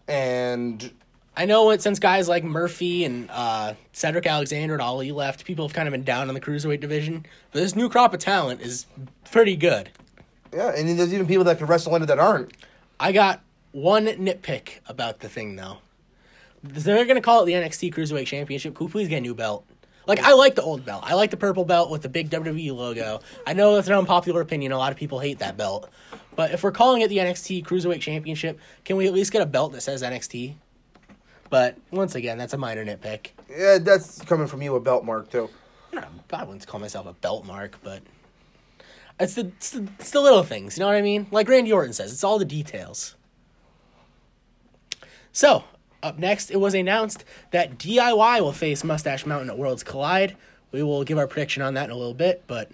and I know it, since guys like Murphy and uh, Cedric Alexander and Ollie left, people have kind of been down on the cruiserweight division. But this new crop of talent is pretty good. yeah, and then there's even people that can wrestle in it that aren't. I got one nitpick about the thing though. They're gonna call it the NXT Cruiserweight Championship. Could we please get a new belt? Like I like the old belt. I like the purple belt with the big WWE logo. I know that's an unpopular opinion. A lot of people hate that belt. But if we're calling it the NXT Cruiserweight Championship, can we at least get a belt that says NXT? But once again, that's a minor nitpick. Yeah, that's coming from you, a belt mark too. I wouldn't call myself a belt mark, but it's the, it's the it's the little things, you know what I mean? Like Randy Orton says, it's all the details. So up next, it was announced that DIY will face Mustache Mountain at Worlds Collide. We will give our prediction on that in a little bit, but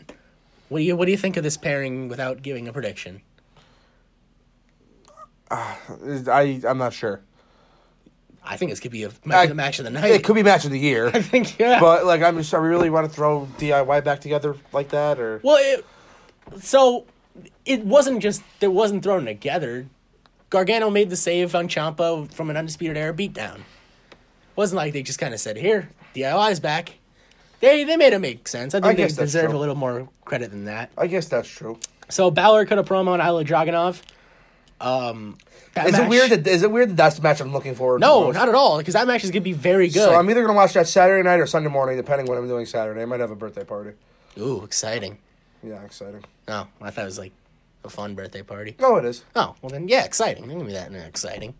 what do you what do you think of this pairing without giving a prediction? I I'm not sure. I think this could be a match, I- match of the night. Uh, It could be match of the year, [laughs] I [laughs] think yeah. but like I'm just I really want to throw DIY back together like that or Well, it, so it wasn't just it wasn't thrown together. Gargano made the save on Champa from an undisputed era beatdown. Wasn't like they just kind of said, "Here, DIY's back." They they made it make sense. I think they guess that's deserve true. a little more credit than that. I guess that's true. So Balor cut a promo on Isla Dragunov. Um, that Is it match- weird? That, is it weird that that's the match I'm looking forward? no, to most? not at all. Because that match is gonna be very good. So I'm either gonna watch that Saturday night or Sunday morning, depending what I'm doing Saturday. I might have a birthday party. Ooh, exciting! Yeah, exciting. Oh, I thought it was like a fun birthday party. No, it is. Oh, well then, yeah, exciting. Give me that and exciting.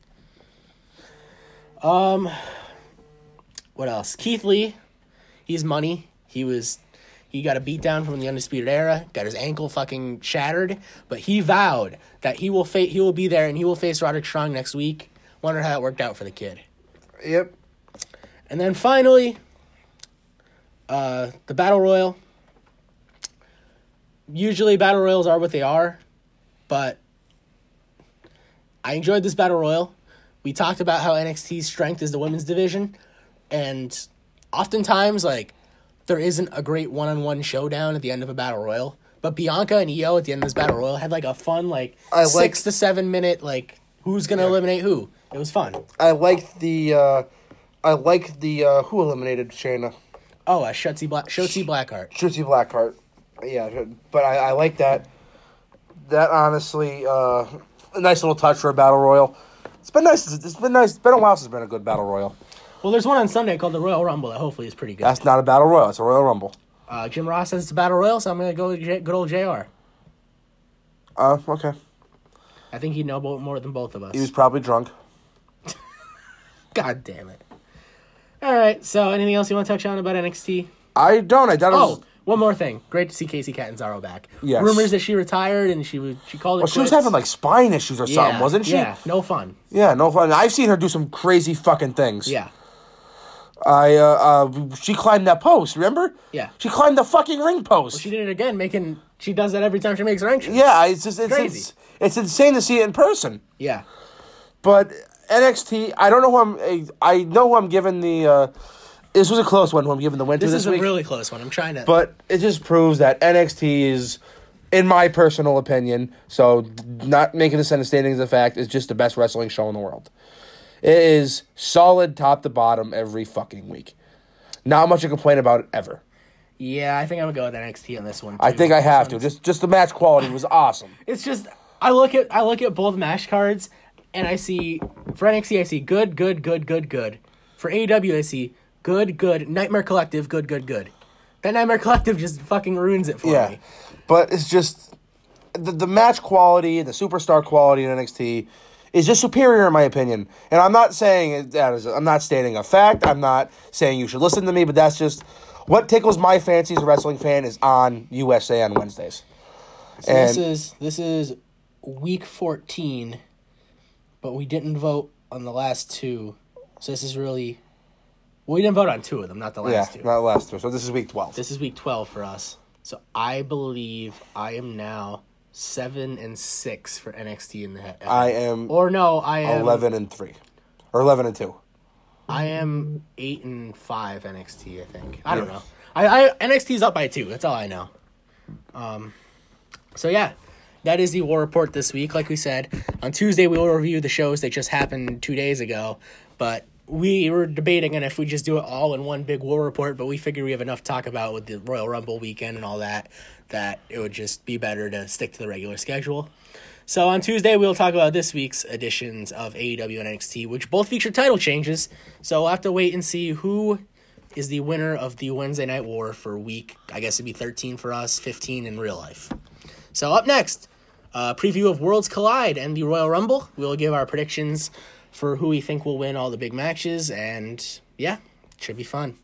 Um, what else? Keith Lee, he's money. He was, he got a beatdown from the Undisputed Era. Got his ankle fucking shattered, but he vowed that he will fa- he will be there and he will face Roderick Strong next week. Wonder how that worked out for the kid. Yep. And then finally, uh, the battle royal. Usually, battle royals are what they are, but I enjoyed this battle royal. We talked about how NXT's strength is the women's division, and oftentimes, like, there isn't a great one on one showdown at the end of a battle royal. But Bianca and Io at the end of this battle royal had like a fun, like, I six like- to seven minute, like, who's gonna eliminate who. It was fun. I like the. Uh, I like the uh, who eliminated Shayna. Oh, uh, Shotzi, Bla- Shotzi Blackheart. Shotzi Blackheart. Yeah, but I, I like that. That honestly, uh, a nice little touch for a battle royal. It's been nice. It's been nice. It's been a while since it's been a good battle royal. Well, there's one on Sunday called the Royal Rumble that hopefully is pretty good. That's not a battle royal. It's a royal rumble. Uh, Jim Ross says it's a battle royal, so I'm gonna go with J- good old Jr. Uh, okay. I think he'd know bo- more than both of us. He was probably drunk. God damn it! All right. So, anything else you want to touch on about NXT? I don't. I don't. Oh, one more thing. Great to see Casey Catanzaro back. Yes. Rumors that she retired and she was she called it. Well, she was quits. having like spine issues or something, Yeah, wasn't she? Yeah. No fun. Yeah, no fun. I've seen her do some crazy fucking things. Yeah. I uh, uh she climbed that post, remember? Yeah. She climbed the fucking ring post. She did it again, making she does that every time she makes her entrance. yeah, it's just it's Crazy. it's, It's insane to see it in person. Yeah. But NXT, I don't know who I'm. I I know who I'm giving the. Uh, this was a close one. Who I'm giving the win This, to is this week. a really close one. I'm trying to. but it just proves that NXT is, in my personal opinion, so not making this into standings a fact, is just the best wrestling show in the world. It is solid top to bottom every fucking week. Not much to complain about it ever. yeah, I think I'm gonna go with NXT on this one. I too. think I This have to. one's- Just just the match quality was awesome. It's just I look at I look at both match cards and I see for NXT I see good, good, good, good, good. For AEW I see good, good, Nightmare Collective, good, good, good. That Nightmare Collective just fucking ruins it for Yeah, me. but it's just the, the match quality, the superstar quality in NXT is just superior in my opinion. And I'm not saying it- that is I'm not stating a fact. I'm not saying you should listen to me, but that's just what tickles my fancy as a wrestling fan is on USA on Wednesdays. So this And- is this is week fourteen, but we didn't vote on the last two. So this is really well, we didn't vote on two of them, not the Yeah, last two. not last two. So this is week twelve. This is week twelve for us. So I believe I am now seven and six for NXT in the head. I am Or no, I am eleven and three, or eleven and two. I am eight and five NXT. I think I don't know. I, I NXT's up by two. That's all I know. Um, so yeah, that is the war report this week. Like we said on Tuesday, we will review the shows that just happened two days ago. But we were debating on if we just do it all in one big war report. But we figure we have enough to talk about with the Royal Rumble weekend and all that that it would just be better to stick to the regular schedule. So on Tuesday, we'll talk about this week's editions of AEW and NXT, which both feature title changes. So we'll have to wait and see who is the winner of the Wednesday Night War for week, I guess it'd be 13 for us, 15 in real life. So up next, a preview of Worlds Collide and the Royal Rumble. We'll give our predictions for who we think will win all the big matches, and yeah, should be fun.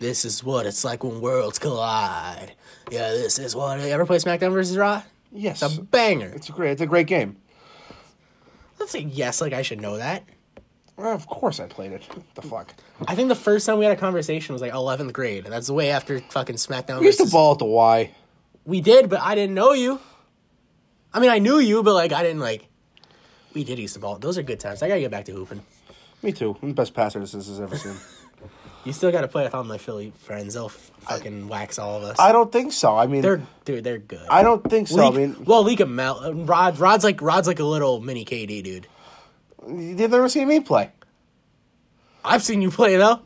This is what it's like when worlds collide. Yeah, this is what. Ever play SmackDown versus Raw? Yes, It's a banger. it's a great. It's a great game. Let's say yes, like I should know that. Well, of course, I played it. the fuck. I think the first time we had a conversation was like 11th grade, and that's way after fucking SmackDown. We used to versus- ball at the Y. We did, but I didn't know you. I mean, I knew you, but like I didn't like. We did used to ball. Those are good times. I gotta get back to hooping. Me too. I'm the best passer this has ever seen. You still gotta play with all my Philly friends. They'll f- fucking wax all of us. I don't think so. I mean, they're dude. They're good. I don't think so. I Leak- mean, well, Leak him out. uh, Rod, Rod's like Rod's like a little mini KD dude. They've never seen me play. I've seen you play though.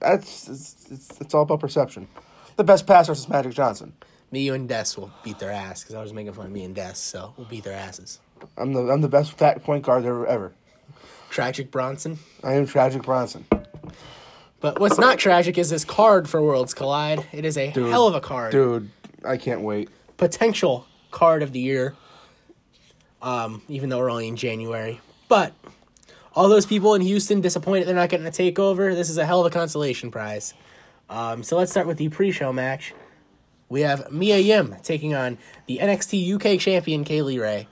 That's it's, it's, it's all about perception. The best passer is Magic Johnson. Me, you, and Des will beat their ass because I was making fun of me and Des, so we'll beat their asses. I'm the I'm the best fat point guard ever. ever. Tragic Bronson. I am Tragic Bronson. But what's not tragic is this card for Worlds Collide. It is a hell of a card. dude. I can't wait. potential card of the year. Um, even though we're only in January, but all those people in Houston disappointed they're not getting a takeover. This is a hell of a consolation prize. Um, so let's start with the pre-show match. We have Mia Yim taking on the NXT UK champion Kaylee Ray.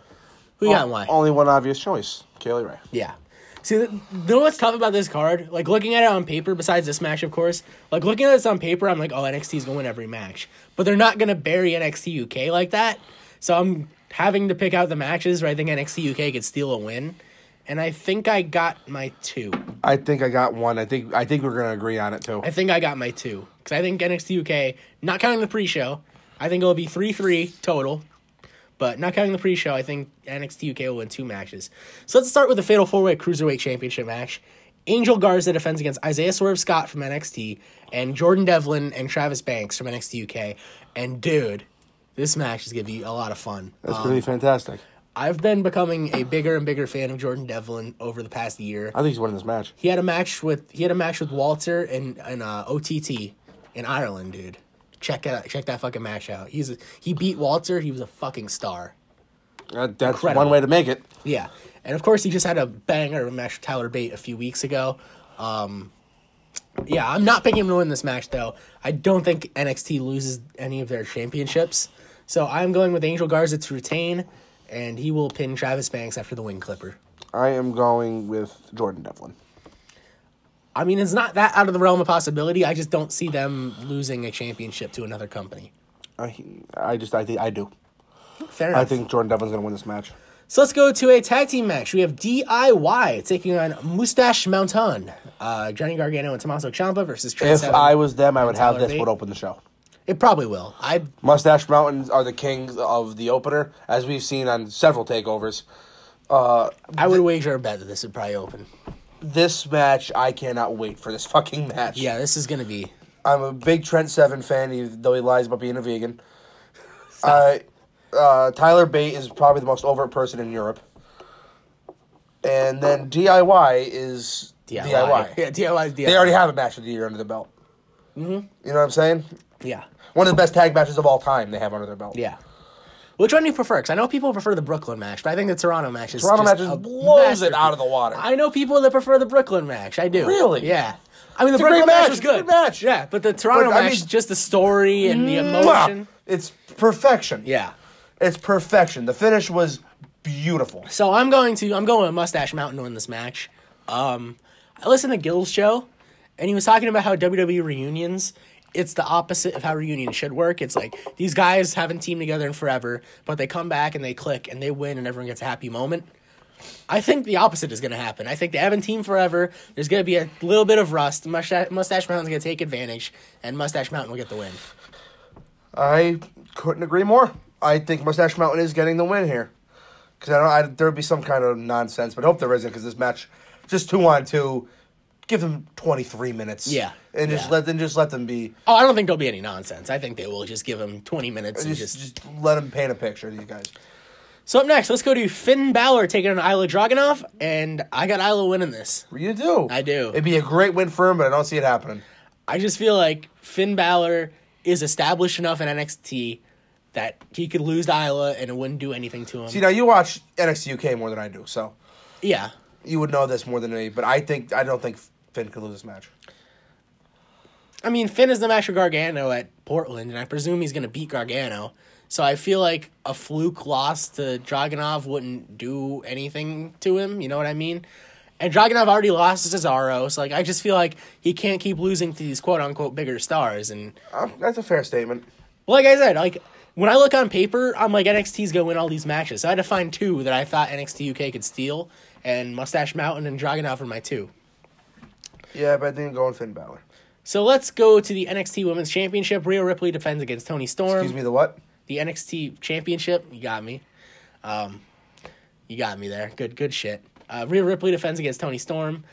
Who you got and why? Only one obvious choice, Kaylee Ray. Yeah. See, th- you know what's tough about this card? Like, looking at it on paper, besides this match, of course, like, looking at this on paper, I'm like, oh, NXT's going to win every match. But they're not going to bury NXT UK like that. So I'm having to pick out the matches where I think NXT UK could steal a win. And I think I got my two. I think I got one. I think I think we're gonna agree on it too. I think I got my two. Because I think NXT UK, not counting the pre show, I think it'll be 3 3 total. But not counting the pre show, I think NXT UK will win two matches. So let's start with the Fatal Four Way Cruiserweight Championship match. Angel Garza defends against Isaiah Swerve Scott from NXT and Jordan Devlin and Travis Banks from NXT UK. And dude, this match is going to be a lot of fun. That's pretty fantastic. I've been becoming a bigger and bigger fan of Jordan Devlin over the past year I think he's winning this match. he had a match with he had a match with Walter and and uh, OTT in Ireland, dude. Check it out, check that fucking match out. He's a, he beat Walter. He was a fucking star. That, Uh, that's Incredible. one way to make it. Yeah, and of course he just had a banger of a match with Tyler Bate a few weeks ago. Um, yeah, I'm not picking him to win this match though. I don't think NXT loses any of their championships, so I'm going with Angel Garza to retain, and he will pin Travis Banks after the wing clipper. I am going with Jordan Devlin. I mean, it's not that out of the realm of possibility. I just don't see them losing a championship to another company. I, I just I think I do. Fair enough. I think Jordan Devlin's gonna win this match. So let's go to a tag team match. We have DIY taking on Mustache Mountain, uh, Johnny Gargano and Tommaso Ciampa versus Trent If Seven. I was them, I would have Tyler this Bate. would open the show. it probably will. I Mustache Mountains are the kings of the opener, as we've seen on several takeovers. I would wager a bet that this would probably open. This match, I cannot wait for this [laughs] fucking match. Yeah, this is gonna be. I'm a big Trent Seven fan, he- though he lies about being a [laughs] vegan. I, uh, Tyler Bate is probably the most overt person in Europe. And then DIY is DIY. [laughs] Yeah, DIY is DIY. They already have a match of the year under the belt. Mm-hmm. You know what I'm saying? Yeah. One of the best tag matches of all time they have under their belt. Yeah. Which one do you prefer? Because I know people prefer the Brooklyn match, but I think the Toronto match is Toronto just match just a blows it out of the water. I know people that prefer the Brooklyn match. I do. Really? Yeah. I mean, the a great Brooklyn match, match. was It's a good. good match. Yeah, but the Toronto But, I match, mean- Mm. just the story and the Mwah! emotion. It's perfection. Yeah. It's perfection. The finish was beautiful. So I'm going to I'm going with Mustache Mountain to win this match. Um, I listened to Gill's show, and he was talking about how WWE reunions. It's the opposite of how reunions should work. It's like these guys haven't teamed together in forever, but they come back and they click and they win, and everyone gets a happy moment. I think the opposite is going to happen. I think they haven't teamed forever. There's going to be a little bit of rust. Mustache, Mustache Mountain's going to take advantage, and Mustache Mountain will get the win. I couldn't agree more. I think Mustache Mountain is getting the win here. Because I don't, I, there would be some kind of nonsense, but I hope there isn't. Because this match, just two on two, give them twenty three minutes. Yeah. and just Yeah. let them just let them be. Oh, I don't think there'll be any nonsense. I think they will just give him 20 minutes and Just, just just let them paint a picture. These guys. So up next, let's go to Finn Balor taking on Isla Dragunov, and I got Isla winning this. You do. I do. It'd be a great win for him, but I don't see it happening. I just feel like Finn Balor is established enough in NXT that he could lose to Isla and it wouldn't do anything to him. See, now you watch NXT UK more than I do, so yeah, you would know this more than me. But I think I don't think Finn could lose this match. I mean Finn is the match with Gargano at Portland, and I presume he's gonna beat Gargano. So I feel like a fluke loss to Dragunov wouldn't do anything to him. You know what I mean? And Dragunov already lost to Cesaro, so like I just feel like he can't keep losing to these quote unquote bigger stars and. Um, that's a fair statement. like I said, like when I look on paper, I'm like NXT's gonna win all these matches. So I had to find two that I thought NXT UK could steal, and Mustache Mountain and Dragunov are my two. Yeah, but I think I'm going Finn Balor. So let's go to the NXT Women's Championship. Rhea Ripley defends against Tony Storm. Excuse me, the what? The NXT Championship, you got me. Um, you got me there. Good, good shit. Uh, Rhea Ripley defends against Tony Storm.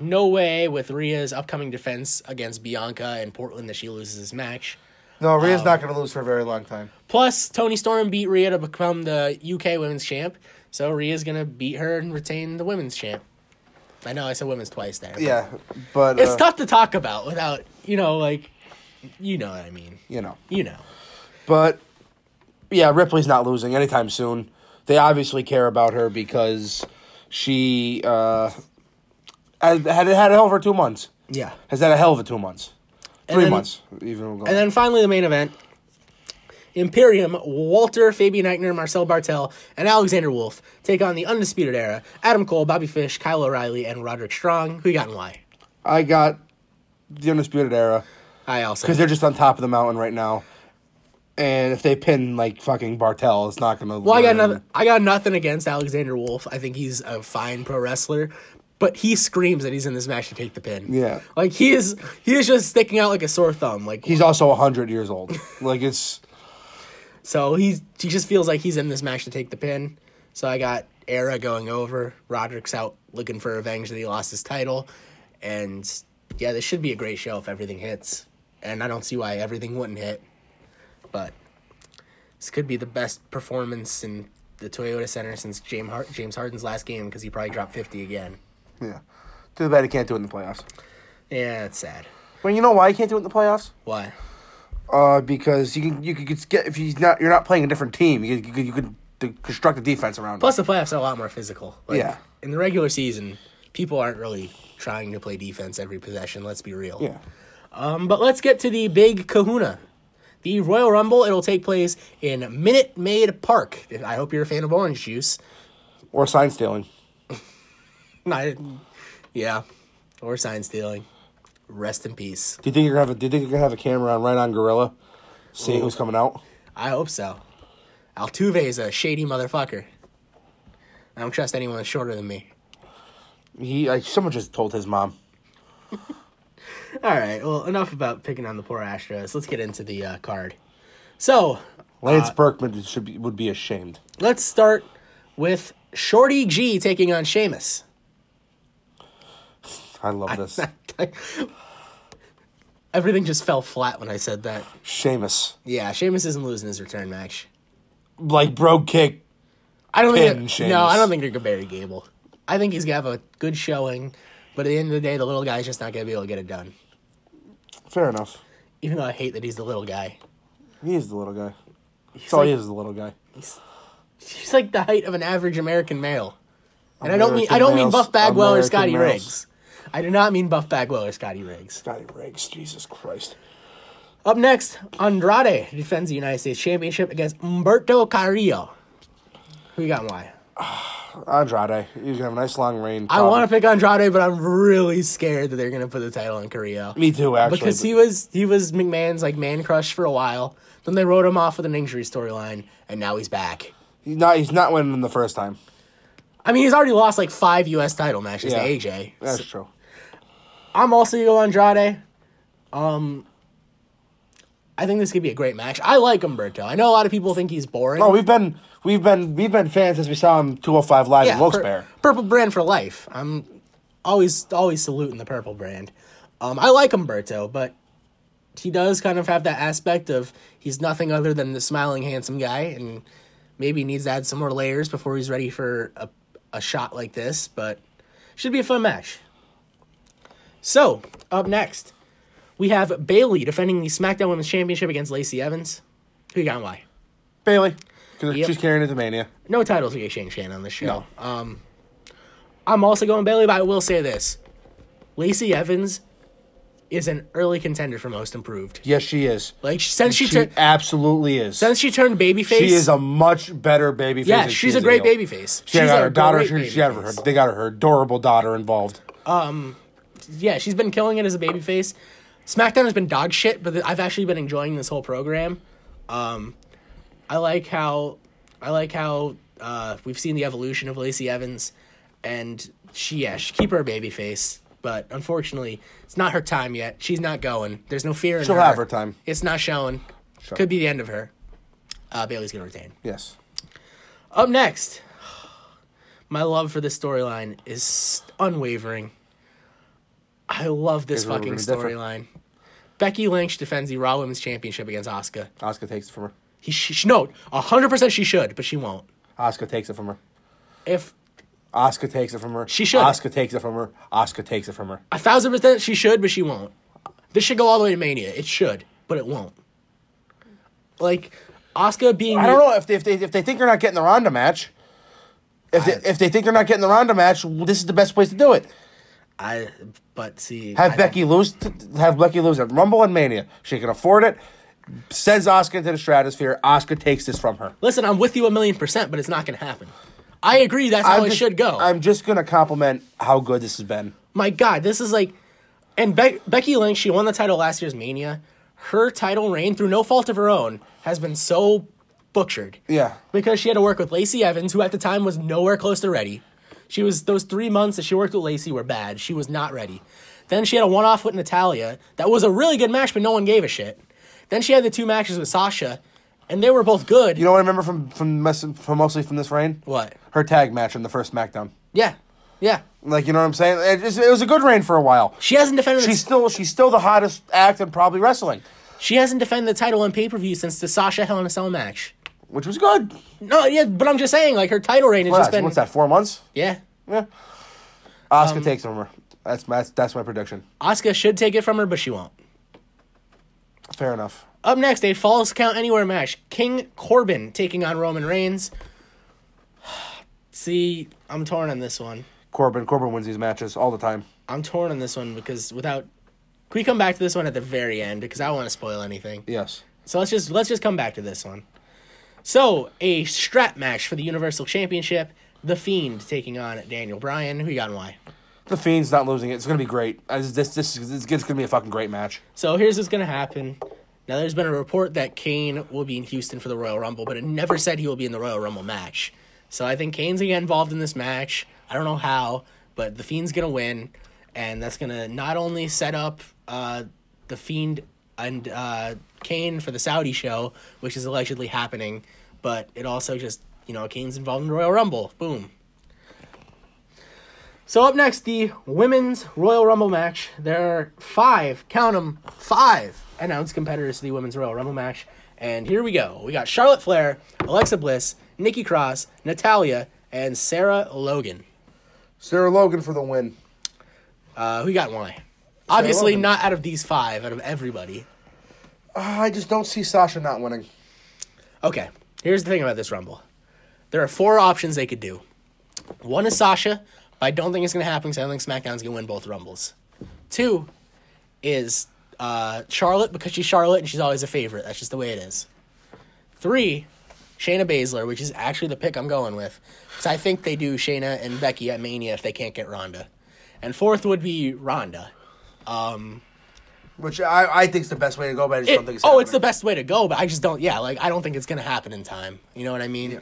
No way with Rhea's upcoming defense against Bianca and Portland that she loses this match. No, Rhea's not going to lose for a very long time. Plus, Tony Storm beat Rhea to become the UK women's champ. So Rhea's gonna beat her and retain the women's champ. I know I said women's twice there. but Yeah, but It's uh, tough to talk about without, you know, like you know what I mean. You know, You know. but yeah, Ripley's not losing anytime soon. They obviously care about her because she uh, had had had a hell of a two months. Yeah. Has had a hell of a two months, And three then- months even. And then finally the main event. Imperium, Walter, Fabian Eichner, Marcel Bartel, and Alexander Wolf take on the Undisputed Era, Adam Cole, Bobby Fish, Kyle O'Reilly, and Roderick Strong. Who you got and why? I got the undisputed era. I also because they're just on top of the mountain right now. And if they pin like fucking Bartel, it's not gonna. Well, I got win. nothing. I got nothing against Alexander Wolf. I think he's a fine pro wrestler, but he screams that he's in this match to take the pin. Yeah. like he is. He is just sticking out like a sore thumb. Like He's also hundred years old. like it's so he's he just feels like he's in this match to take the pin. So I got Era going over. Roderick's out looking for revenge that he lost his title, and yeah, this should be a great show if everything hits. And I don't see why everything wouldn't hit, but this could be the best performance in the Toyota Center since James Har- James Harden's last game because he probably dropped fifty again. [laughs] yeah. Too bad he can't do it in the playoffs. Yeah, it's sad. But you know why he can't do it in the playoffs? Why? Uh, because you can you could get if he's not you're not playing a different team. You could, you could, you could construct a defense around. him. Plus, the playoffs are a lot more physical. Like, Yeah. In the regular season, people aren't really trying to play defense every possession. Let's be real. yeah. Um, but let's get to the big kahuna. The Royal Rumble, it'll take place in Minute Maid Park. I hope you're a fan of orange juice. Or sign stealing. I, yeah. Or sign stealing. Rest in peace. Do you think you're gonna have a Do you think you're gonna have a camera on right on Gorilla? See who's coming out. I hope so. Altuve is a shady motherfucker. I don't trust anyone that's shorter than me. He like someone just told his mom. All right. Well, enough about picking on the poor Astros. Let's get into the uh, card. So Lance Berkman should be, would be ashamed. let's start with Shorty G taking on Sheamus. I love [laughs] this. Everything just fell flat when I said that. Seamus, Yeah, Sheamus isn't losing his return match. like bro kick. I don't Pin think. that- Sheamus. no, I don't think they're gonna bury Gable. I think he's gonna have a good showing, but at the end of the day, the little guy's just not gonna be able to get it done. Fair enough. Even though I hate that he's the little guy. He is the little guy. That's all he like- is, is the little guy. He's like the height of an average American male. And I don't mean American I don't mean males, Buff Bagwell or American Scotty males. Riggs. I do not mean Buff Bagwell or Scotty Riggs. Scotty Riggs, Jesus Christ. Up next, Andrade defends the United States Championship against Humberto Carrillo. Who you got and why? Andrade, he's gonna have a nice long reign. I want to pick Andrade, but I'm really scared that they're gonna put the title on Carrillo. Me too, actually. because but- he was he was McMahon's like man crush for a while. Then they wrote him off with an injury storyline, and now he's back. he's not. He's not winning the first time. I mean, he's already lost like five U.S. title matches Yeah. to AJ. That's true. I'm also gonna go Andrade. Um, I think this could be a great match. I like Umberto. I know a lot of people think he's boring. No, Oh, we've been we've been we've been fans since we saw him 205 live in pur- Wilkes-Barre. purple brand for life. I'm always always saluting the purple brand. Um, I like Umberto, but he does kind of have that aspect of he's nothing other than the smiling handsome guy, and maybe needs to add some more layers before he's ready for a a shot like this. But should be a fun match. So up next, we have Bailey defending the SmackDown Women's Championship against Lacey Evans. Who you got and why? Bailey, because Yep. she's carrying it to Mania. No titles we exchange hand on this show. Um, I'm also going Bailey, but I will say this: Lacey Evans is an early contender for most improved. Yes, she is. Like since she, She, turned absolutely is. since she turned babyface, she is a much better baby. yeah, she's a great babyface. She she's got a her daughter. great She, she got her. babyface. They got her adorable daughter involved. yeah, she's been killing it as a babyface. SmackDown has been dog shit, but I've actually been enjoying this whole program. Um, I like how I like how uh, we've seen the evolution of Lacey Evans, and she yeah, she keep her a babyface, but unfortunately, it's not her time yet. She's not going. There's no fear in She'll her. have her time. It's not showing. Could be the end of her. Uh, Bailey's gonna retain. Yes. Up next, [sighs] my love for this storyline is unwavering. I love this Here's where fucking we're gonna differ. storyline. Becky Lynch defends the Raw Women's Championship against Asuka. Oscar takes it from her. He sh- sh- no, hundred percent she should, but she won't. Oscar takes it from her. If Oscar takes it from her. She should. Oscar takes it from her. Oscar takes it from her. a thousand percent she should, but she won't. This should go all the way to Mania. It should, but it won't. Like Asuka being I don't know if they, if they if they think they're not getting the Ronda match. If they, if they think they're not getting the Ronda match, well, this is the best place to do it. I but see Have I- Becky lose. t- Have Becky lose at Rumble and Mania. She can afford it. Sends Oscar into the stratosphere. Oscar takes this from her. Listen, I'm with you a million percent, but it's not gonna happen. I agree. That's how it just- should go. I'm just gonna compliment how good this has been. my god, this is like, and Be- Becky Lynch, she won the title last year's Mania. Her title reign, through no fault of her own, has been so butchered. Yeah. Because she had to work with Lacey Evans, who at the time was nowhere close to ready. She was those three months that she worked with Lacey were bad. She was not ready. Then she had a one-off with Natalia that was a really good match, but no one gave a shit. Then she had the two matches with Sasha, and they were both good. You know what I remember from from, mes- from mostly from this reign? What? Her tag match in the first SmackDown. yeah, yeah. Like you know what I'm saying? It, just- it was a good reign for a while. She hasn't defended. She's still she's still the hottest act in probably wrestling, she hasn't defended the title on pay per view since the Sasha Hell in a Cell match. which was good. No, yeah, but I'm just saying, like her title reign has What's, just been. what's that? Four months? Yeah, Yeah. Oscar takes it from her. That's my that's, that's my prediction. Asuka should take it from her, but she won't. Fair enough. Up next, a false count anywhere match: King Corbin taking on Roman Reigns. [sighs] See, I'm torn on this one. Corbin Corbin wins these matches all the time. I'm torn on this one because without, can we come back to this one at the very end because I don't want to spoil anything. Yes. So let's just let's just come back to this one. So a strap match for the Universal Championship: The Fiend taking on Daniel Bryan. Who you got and why? The Fiend's not losing it. It's gonna be great. I, this this this is gonna be a fucking great match. So here's what's gonna happen. Now, there's been a report that Kane will be in Houston for the Royal Rumble, but it never said he will be in the Royal Rumble match. So I think Kane's going to get involved in this match. I don't know how, but The Fiend's going to win. And that's going to not only set up uh, The Fiend and uh, Kane for the Saudi show, which is allegedly happening, but it also just, you know, Kane's involved in the Royal Rumble. Boom. So up next, the women's Royal Rumble match. There are five, count 'em, five announced competitors to the women's Royal Rumble match. And here we go. We got Charlotte Flair, Alexa Bliss, Nikki Cross, Natalia, and Sarah Logan. Sarah Logan for the win. Uh, who got why? Obviously, Logan. not out of these five, out of everybody. I just don't see Sasha not winning. Okay, here's the thing about this Rumble. There are four options they could do. One is Sasha, but I don't think it's going to happen because I don't think SmackDown's going to win both Rumbles. Two is uh, Charlotte because she's Charlotte and she's always a favorite. That's just the way it is. Three, Shayna Baszler, which is actually the pick I'm going with because I think they do Shayna and Becky at Mania if they can't get Ronda. And fourth would be Ronda. Which I, I think is the best way to go, but I just It- don't think it's oh, it's the happening. best way to go, but I just don't. Yeah, like I don't think it's gonna happen in time. You know what I mean?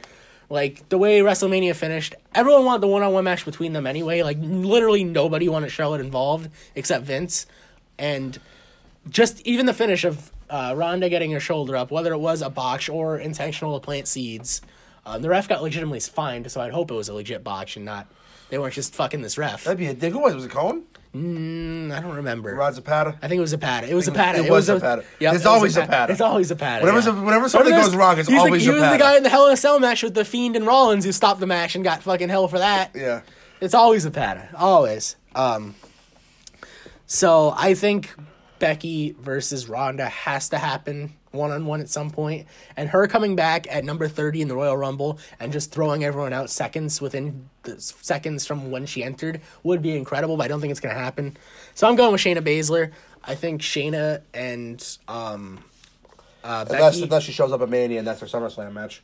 Like the way WrestleMania finished, everyone wanted the one-on-one match between them anyway. Like literally nobody wanted Charlotte involved except Vince, and just even the finish of uh, Ronda getting her shoulder up, whether it was a botch or intentional to plant seeds, um, the ref got legitimately fined. So I'd hope it was a legit botch and not they weren't just fucking this ref. That'd be a dick. Who was it? Was it Cohen? Mm, I don't remember. Rod Zapata? I think it was Zapata. It was think Zapata. it was Zapata. Yep, It's it was always Zapata. It's always Zapata. Whenever yeah. some- whenever something there's- goes wrong, it's he's the- always he was the Zapata. guy in the Hell in a Cell match with the Fiend and Rollins who stopped the match and got fucking hell for that. Yeah. It's always Zapata. Always. Um. So I think Becky versus Ronda has to happen one on one at some point, and her coming back at number thirty in the Royal Rumble and just throwing everyone out seconds within the s- seconds from when she entered would be incredible. But I don't think it's gonna happen. So I'm going with Shayna Baszler. I think Shayna and um, uh, Unless, Becky. unless she shows up at Mania and that's her SummerSlam match.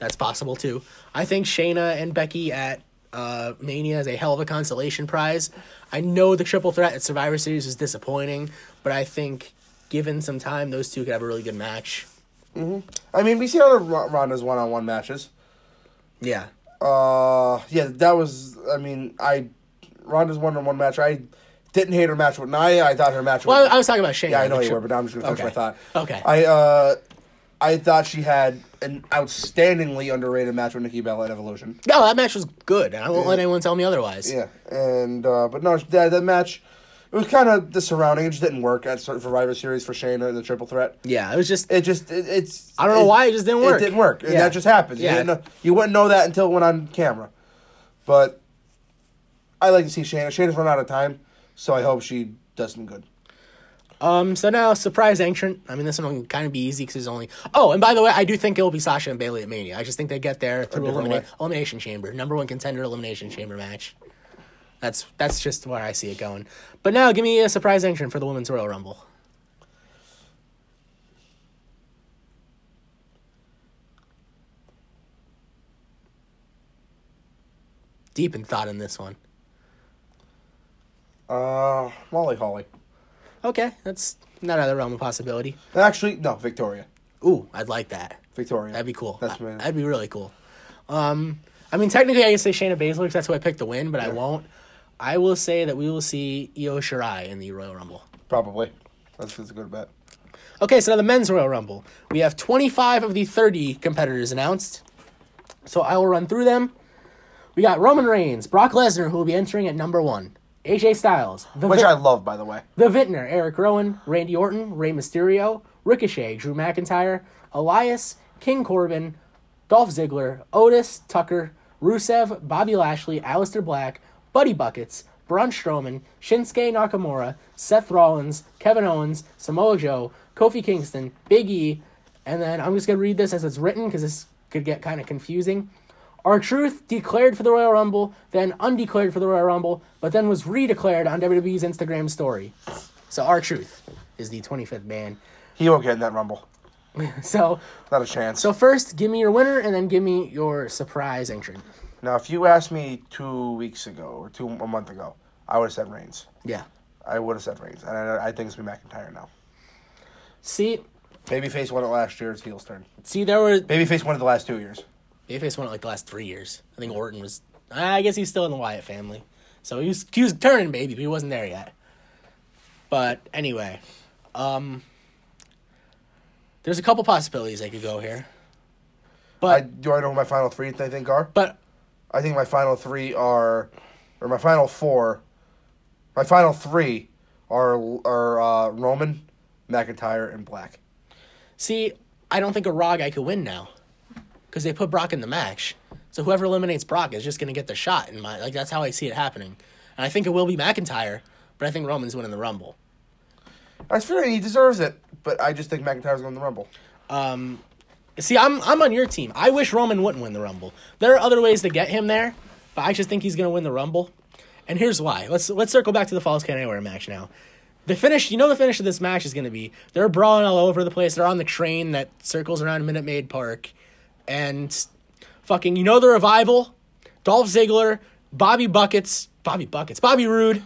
That's possible too. I think Shayna and Becky at uh, Mania is a hell of a consolation prize. I know the triple threat at Survivor Series was disappointing, but I think given some time, those two could have a really good match. I mean, we see other Ro- Ronda's one on one matches. Yeah. Uh, yeah, that was. I mean, I Ronda's one on one match. I didn't hate her match with Nia. I thought her match. Well, with, I was talking about Shayna. Yeah, I know the you tri- were, but now I'm just gonna finish my Okay. thought. Okay. I uh, I thought she had an outstandingly underrated match with Nikki Bella at Evolution. no, that match was good. and I won't let anyone tell me otherwise. Yeah, and uh, but no, that that match. It was kind of the surrounding. It just didn't work at sort of Survivor Series for Shayna, the triple threat. Yeah, it was just It just it, it's. I don't know why, it just didn't work. It didn't work. Yeah. That just happens. Yeah. You, didn't know, you wouldn't know that until it went on camera. But I like to see Shayna. Shayna's run out of time, so I hope she does some good. Um, so now surprise entrant. I mean, this one will kind of be easy because there's only. Oh, and by the way, I do think it will be Sasha and Bailey at Mania. I just think they get there through different elimina- way. elimination chamber, number one contender elimination chamber match. That's that's just where I see it going. But now, give me a surprise entrant for the women's Royal Rumble. Deep in thought in this one. Uh, Molly Holly. Okay, that's not out of the realm of possibility. Actually, no, Victoria. Ooh, I'd like that. Victoria. That'd be cool. That's I- my- That'd be really cool. Um, I mean, technically, I could say Shayna Baszler because that's who I picked to win, but I won't. I will say that we will see Io Shirai in the Royal Rumble. Probably. That's, that's a good bet. Okay, so now the men's Royal Rumble. We have 25 of the 30 competitors announced. So I will run through them. We got Roman Reigns, Brock Lesnar, who will be entering at number one, AJ Styles, The, Which Vi- I love, by the way. the Vintner, Eric Rowan, Randy Orton, Rey Mysterio, Ricochet, Drew McIntyre, Elias, King Corbin, Dolph Ziggler, Otis, Tucker, Rusev, Bobby Lashley, Aleister Black, Buddy Buckets, Braun Strowman, Shinsuke Nakamura, Seth Rollins, Kevin Owens, Samoa Joe, Kofi Kingston, Big E, and then I'm just going to read this as it's written because this could get kind of confusing. Our Truth declared for the Royal Rumble, then undeclared for the Royal Rumble, but then was redeclared on WWE's Instagram story. So our Truth is the 25th man. He won't get in that rumble. [laughs] So, Not a chance. so first, give me your winner, and then give me your surprise entrant. now, if you asked me two weeks ago or two a month ago, I would have said Reigns. Yeah. I would have said Reigns, and I, I think it's gonna be McIntyre now. See, Babyface won it last year. It's heel's turn. See, there were Babyface won it the last two years. Bayface won it like the last three years. I think Orton was. I guess he's still in the Wyatt family, so he was he was turning baby, but he wasn't there yet. But anyway, um, there's a couple possibilities I could go here, I but do I know who my final three. I think are. but I think my final three are, or my final four, my final three are are uh, Roman, McIntyre, and Black. see, I don't think a Raw guy could win now, because they put Brock in the match. So whoever eliminates Brock is just gonna get the shot in my like that's how I see it happening, and I think it will be McIntyre, but I think Roman's winning the Rumble. I feel like he deserves it, but I just think McIntyre's going to the Rumble. See, I'm I'm on your team. I wish Roman wouldn't win the Rumble. There are other ways to get him there, but I just think he's gonna win the Rumble. And here's why. Let's let's circle back to the Falls Count Anywhere match now. The finish, you know, the finish of this match is gonna be they're brawling all over the place. They're on the train that circles around Minute Maid Park, and fucking, you know, the revival, Dolph Ziggler, Bobby Buckets, Bobby Buckets, Bobby Roode.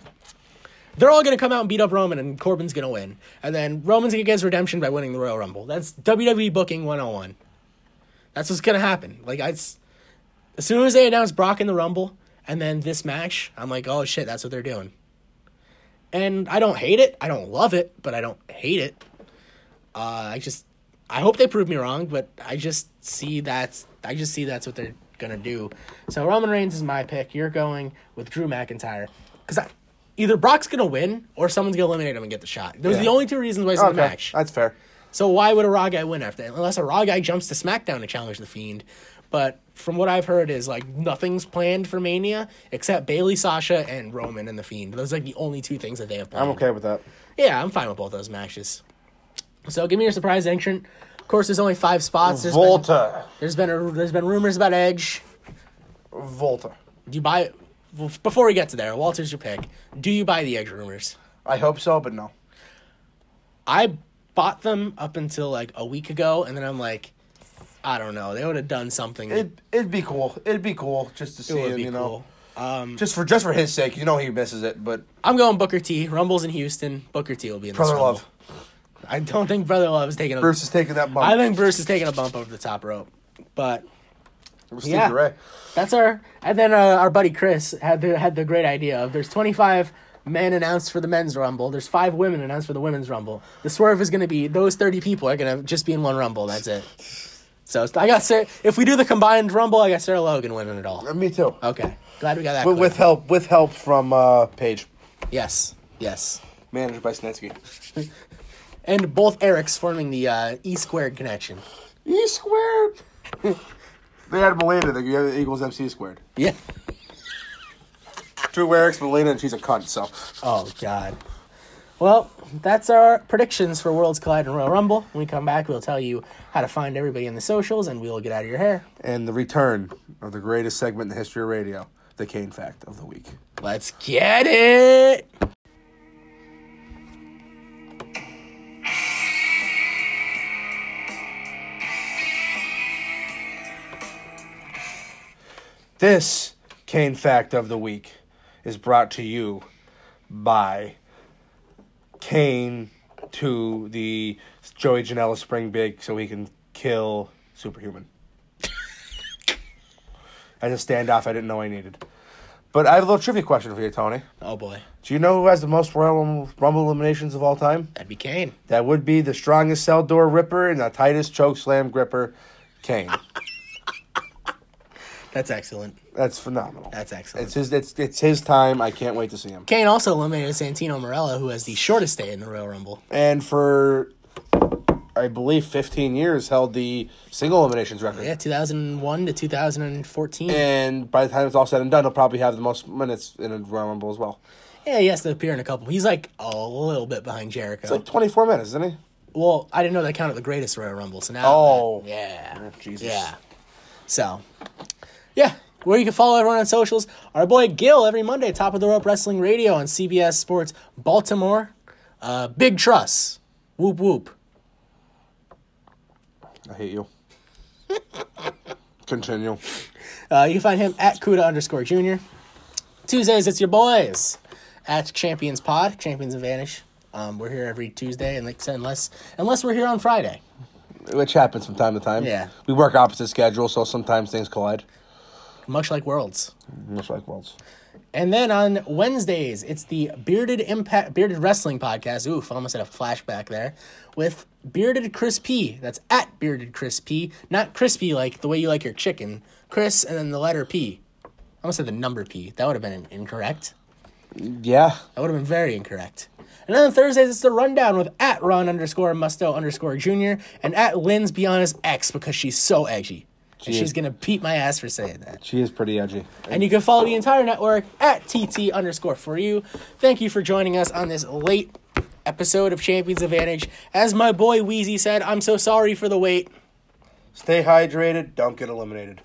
They're all gonna come out and beat up Roman, and Corbin's gonna win. And then Roman's gonna get his redemption by winning the Royal Rumble. That's WWE booking 101. That's what's gonna happen. Like I, s- as soon as they announce Brock in the Rumble and then this match, I'm like, oh shit, that's what they're doing. And I don't hate it. I don't love it, but I don't hate it. Uh, I just, I hope they prove me wrong, but I just see that's, I just see that's what they're gonna do. So Roman Reigns is my pick. You're going with Drew McIntyre because I. Either Brock's gonna win, or someone's gonna eliminate him and get the shot. Those are Yeah. the only two reasons why it's in the match. that's fair. So why would a Raw guy win after that? Unless a Raw guy jumps to SmackDown to challenge the Fiend. But from what I've heard is like nothing's planned for Mania except Bailey, Sasha, and Roman and the Fiend. Those are like the only two things that they have planned. I'm okay with that. Yeah, I'm fine with both those matches. So give me your surprise entrant. Of course, there's only five spots. There's been, Volta, there's been a, there's been rumors about Edge. Volta. Do you buy? Well, before we get to there, Walter's your pick. Do you buy the Edge rumors? I hope so, but no. I bought them up until like a week ago, and then I'm like, I don't know. They would have done something. It it'd be cool. It'd be cool just to see it would him, be you know. cool. Just for just for his sake, you know he misses it, but I'm going Booker T. Rumbles in Houston. Booker T will be in this brother Rumble. love. I don't think Brother Love is taking a. Bruce is taking that bump. I think Bruce is taking a bump over the top rope, but Stevie yeah. Ray. that's our. And then uh, our buddy Chris had the had the great idea of there's 25 men announced for the men's rumble. There's five women announced for the women's rumble. The swerve is going to be those 30 people are going to just be in one rumble. That's it. So I got Sarah, if we do the combined rumble, I got Sarah Logan winning it all. Me too. Okay, glad we got that. With, Um, with clear. help, with help from uh, Paige, yes, yes. managed by Snitsky. and both Erics forming the uh, E squared connection. E squared. they had Melina. They had equals MC squared. Yeah. Drew Eric's Melina, and she's a cunt. So Oh God. Well, that's our predictions for Worlds Collide and Royal Rumble. When we come back, we'll tell you how to find everybody in the socials, and we'll get out of your hair. and the return of the greatest segment in the history of radio, the Kane fact of the week. Let's get it. This Kane fact of the week is brought to you by Kane to the Joey Janela spring big so he can kill Superhuman. [laughs] As a standoff, I didn't know I needed. But I have a little trivia question for you, Tony. Oh boy, Do you know who has the most Royal Rumble eliminations of all time? that'd be Kane. That would be the strongest cell door ripper and the tightest choke slam gripper, Kane. That's excellent. That's phenomenal. That's excellent. It's his. It's it's his time. I can't wait to see him. Kane also eliminated Santino Morella, who has the shortest stay in the Royal Rumble. And for, I believe, fifteen years held the single eliminations record. Yeah, 2001 to 2014. Yeah, And by the time it's all said and done, he'll probably have the most minutes in a Royal Rumble as well. he has to appear in a couple. He's like a little bit behind Jericho. It's like twenty four minutes, isn't he? Well, I didn't know they counted the greatest Royal Rumble. So now, Oh. yeah, Jesus. yeah. So, yeah, where you can follow everyone on socials. Our boy Gil every Monday, top of the rope wrestling radio on CBS Sports Baltimore. Uh, big truss, whoop whoop. I hate you. Continue. Uh, you can find him at Cuda underscore Junior. Tuesdays, it's your boys at Champions Pod, Champions and Vanish. Um, we're here every Tuesday, and like I said, unless unless we're here on Friday. Which happens from time to time. Yeah. We work opposite schedules, so sometimes things collide. much like Worlds. Much like worlds. And then on Wednesdays, it's the Bearded Impact Bearded Wrestling Podcast. Oof, I almost had a flashback there. With Bearded Chris P. That's at Bearded Chris P. Not crispy like the way you like your chicken. Chris and then the letter P. I almost said the number P. That would have been incorrect. Yeah. That would have been very incorrect. And then on Thursdays, it's the rundown with at Ron underscore Musto underscore Junior and at Lynn's Biana's X because she's so edgy. And She she's is. gonna beat my ass for saying that. She is pretty edgy. And you can follow the entire network at TT underscore for you. Thank you for joining us on this late episode of Champions Advantage. As my boy Wheezy said, I'm so sorry for the wait. Stay hydrated, don't get eliminated.